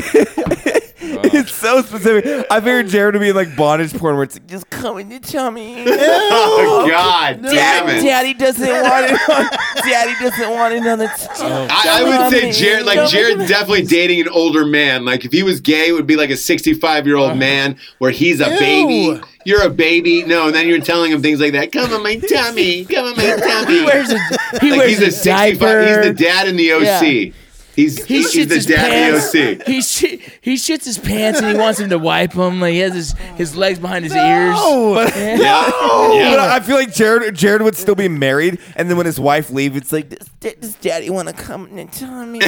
It's so specific. I figured Jared would be in like bondage porn where it's like, just
Come in your tummy.
Oh God, damn
Dad,
it!
daddy doesn't want it. Daddy doesn't want another. tummy.
I, I would say
Dummy.
Jared, like
Dummy.
Jared, definitely dating an older man. Like if he was gay, it would be like a
Uh-huh.
sixty-five-year-old man where he's a baby. You're a baby. No, and then you're telling him things like that. Come on my tummy. Come on my tummy.
He wears a he
like
wears
he's a sixty-five.
diaper.
He's the dad in the OC.
Yeah.
He's
He
he's
shits
the
his
dad
pants.
in the OC.
He sh- he shits his pants and he wants him to wipe them. Like he has his, his legs behind his ears.
Yeah.
But
yeah.
I feel like Jared Jared would still be married, and then when his wife leaves, it's like this
D- Does daddy want to come in your tummy?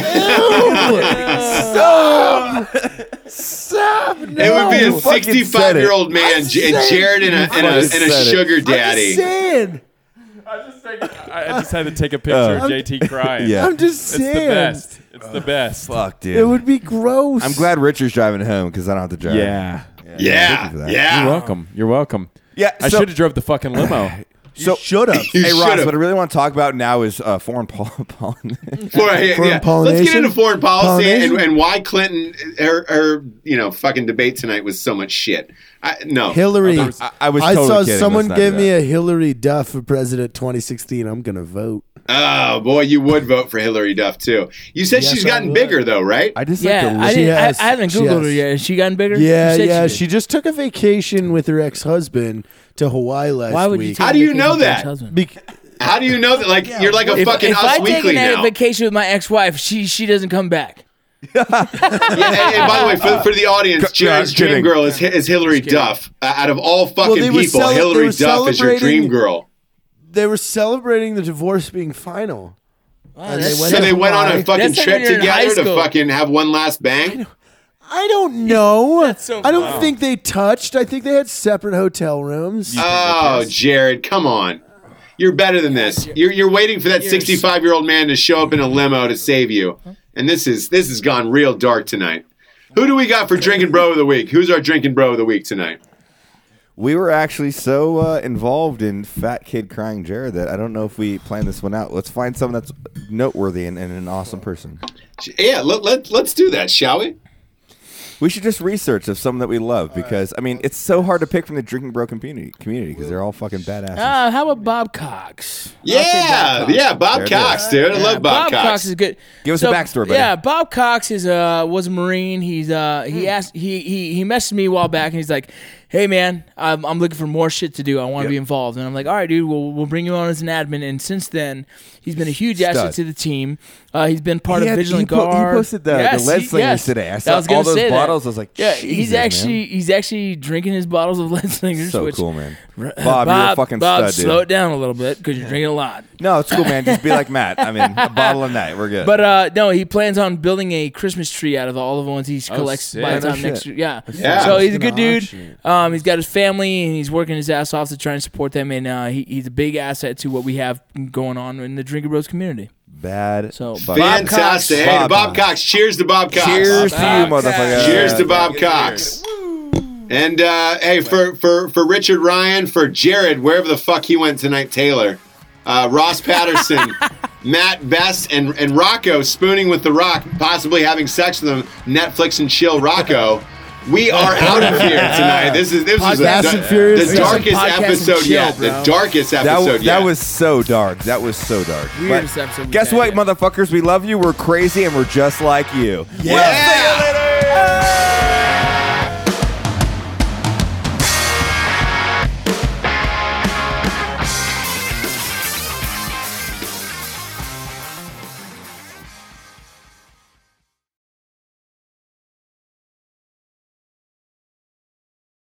It would be
You
a
fucking said it.
sixty-five-year-old man, J- and
said-
Jared and a, and a,
fucking
and a
said it.
sugar
I'm just
daddy.
saying.
I just, take, I I just had to take a picture
Oh.
of JT crying.
Yeah.
I'm just
It's the
saying.
best. It's the best.
fuck, dude.
It would be gross.
I'm glad Richard's driving home because I don't have to drive.
Yeah.
Thank you for
Yeah,
that.
You're
yeah.
welcome. You're welcome.
yeah.
I
so,
should have drove the fucking limo.
so
Shut up.
You
hey, Ross,
should've.
what I really want to talk about now is uh, foreign pol- pollen.
Foreign,
Foreign
yeah. Let's get
pollination?
into foreign policy and,
Pollination?
and why Clinton her, her you know fucking debate tonight was so much shit. I, no,
Hillary.
Others-
I, I was.
I
Totally
saw
kidding. Let's
someone
not
gave
do
me
that.
a Hillary Duff for president 2016. I'm gonna vote.
oh boy, you would vote for Hillary Duff too. You said she's
I
gotten
would.
bigger though, right?
I just
Yeah, I,
like
She
didn't,
has-
I, I haven't
she
googled
has.
her yet. Has she gotten bigger?
Yeah,
She said
yeah.
did.
She just took a vacation with her ex husband to Hawaii last
Why would you?
week.
take
How
a
do you
vacation
know
with your
that?
ex-husband?
Bec-
How do you know that? Like you're like a
If,
fucking
if
Us
I take
Weekly
an
now.
vacation with my ex-wife, she she doesn't come back.
yeah, and, and by the way, for, for the audience,
c- yeah,
Jared's
just kidding.
dream girl is, is Hillary Duff. Uh, out of all fucking
they were
people,
cele- they
Hillary
were
Duff is your dream
celebrating-
girl.
they were celebrating the divorce being final. And
that's-
went
So
to
they went on
Hawaii.
a fucking
That's like
trip
when you're in high
together to
school.
fucking have one last bang.
I don't know.
so
I don't
wild.
think they touched. I think they had separate hotel rooms.
Oh, Jared, come on. You're better than this. You're you're waiting for that 65 year old man to show up in a limo to save you. And this is this has gone real dark tonight. Who do we got for drinking bro of the week? Who's our drinking bro of the week tonight?
We were actually so uh, involved in Fat Kid Crying Jared that I don't know if we planned this one out. Let's find someone that's noteworthy and, and an awesome person.
Yeah, let, let let's do that, shall we?
We should just research of someone that we love because I mean it's so hard to pick from the drinking bro community community because they're all fucking badasses.
Uh, how about Bob Cox?
Yeah, yeah, Bob
There it
Cox, dude. I love Bob, Cox.
is good.
Give us a backstory, buddy.
Yeah, Bob
Hmm.
Cox is uh was a Marine. He's uh he asked he he he messaged me a while back and he's like, "Hey, man, I'm, I'm looking for more shit to do. I want to be involved." And I'm like, "All right, dude, we'll we'll bring you on as an admin." And since then, he's been a huge asset
Stud.
to the team. Uh, he's been part
He
of
had-
Vigilant
he po- he
Guard.
posted the- the lead slingers today. I saw
gonna
all those
say that.
bottles. I was like,
"Yeah,
"Jesus,
he's
man."
actually he's actually drinking his bottles of lead slingers."
So
which,
cool, man. Bob, you're a
Bob,
fucking
Bob,
stud, dude.
slow it down a little bit because you're drinking a lot.
No, it's cool, man. Just be like Matt. I mean, a bottle a night. We're good.
But uh, no, he plans on building a Christmas tree out of all the ones he collects
sick.
by
No
the time next
shit.
year. Yeah.
Yeah.
So he's a good
Fucking
dude. Um, he's got his family and he's working his ass off to try and support them. And uh, he, he's a big asset to what we have going on in the Drinker Bros community.
Bad.
So-
fucking-
Bob Cox.
Fantastic. Hey, to
Bob
Bob
Cox.
Cox. Cheers to Bob Cox.
Cheers to you,
Cox.
motherfucker.
Cheers to
Yeah.
Bob Cox. And uh, hey, for, for, for Richard Ryan, for Jared, wherever the fuck he went tonight, Taylor, uh, Ross Patterson, Matt Best, and, and Rocco spooning with The Rock, possibly having sex with him, Netflix and chill Rocco. We are out of here tonight. This is this was the,
Podcast and Furious.
the darkest
Podcast and
episode
chill,
yet. The
bro.
darkest episode
That, w-
yet.
that was so dark. That was so dark.
Weirdest episode we've
guess
had yet.
what, motherfuckers? We love you. We're crazy and we're just like you.
yeah.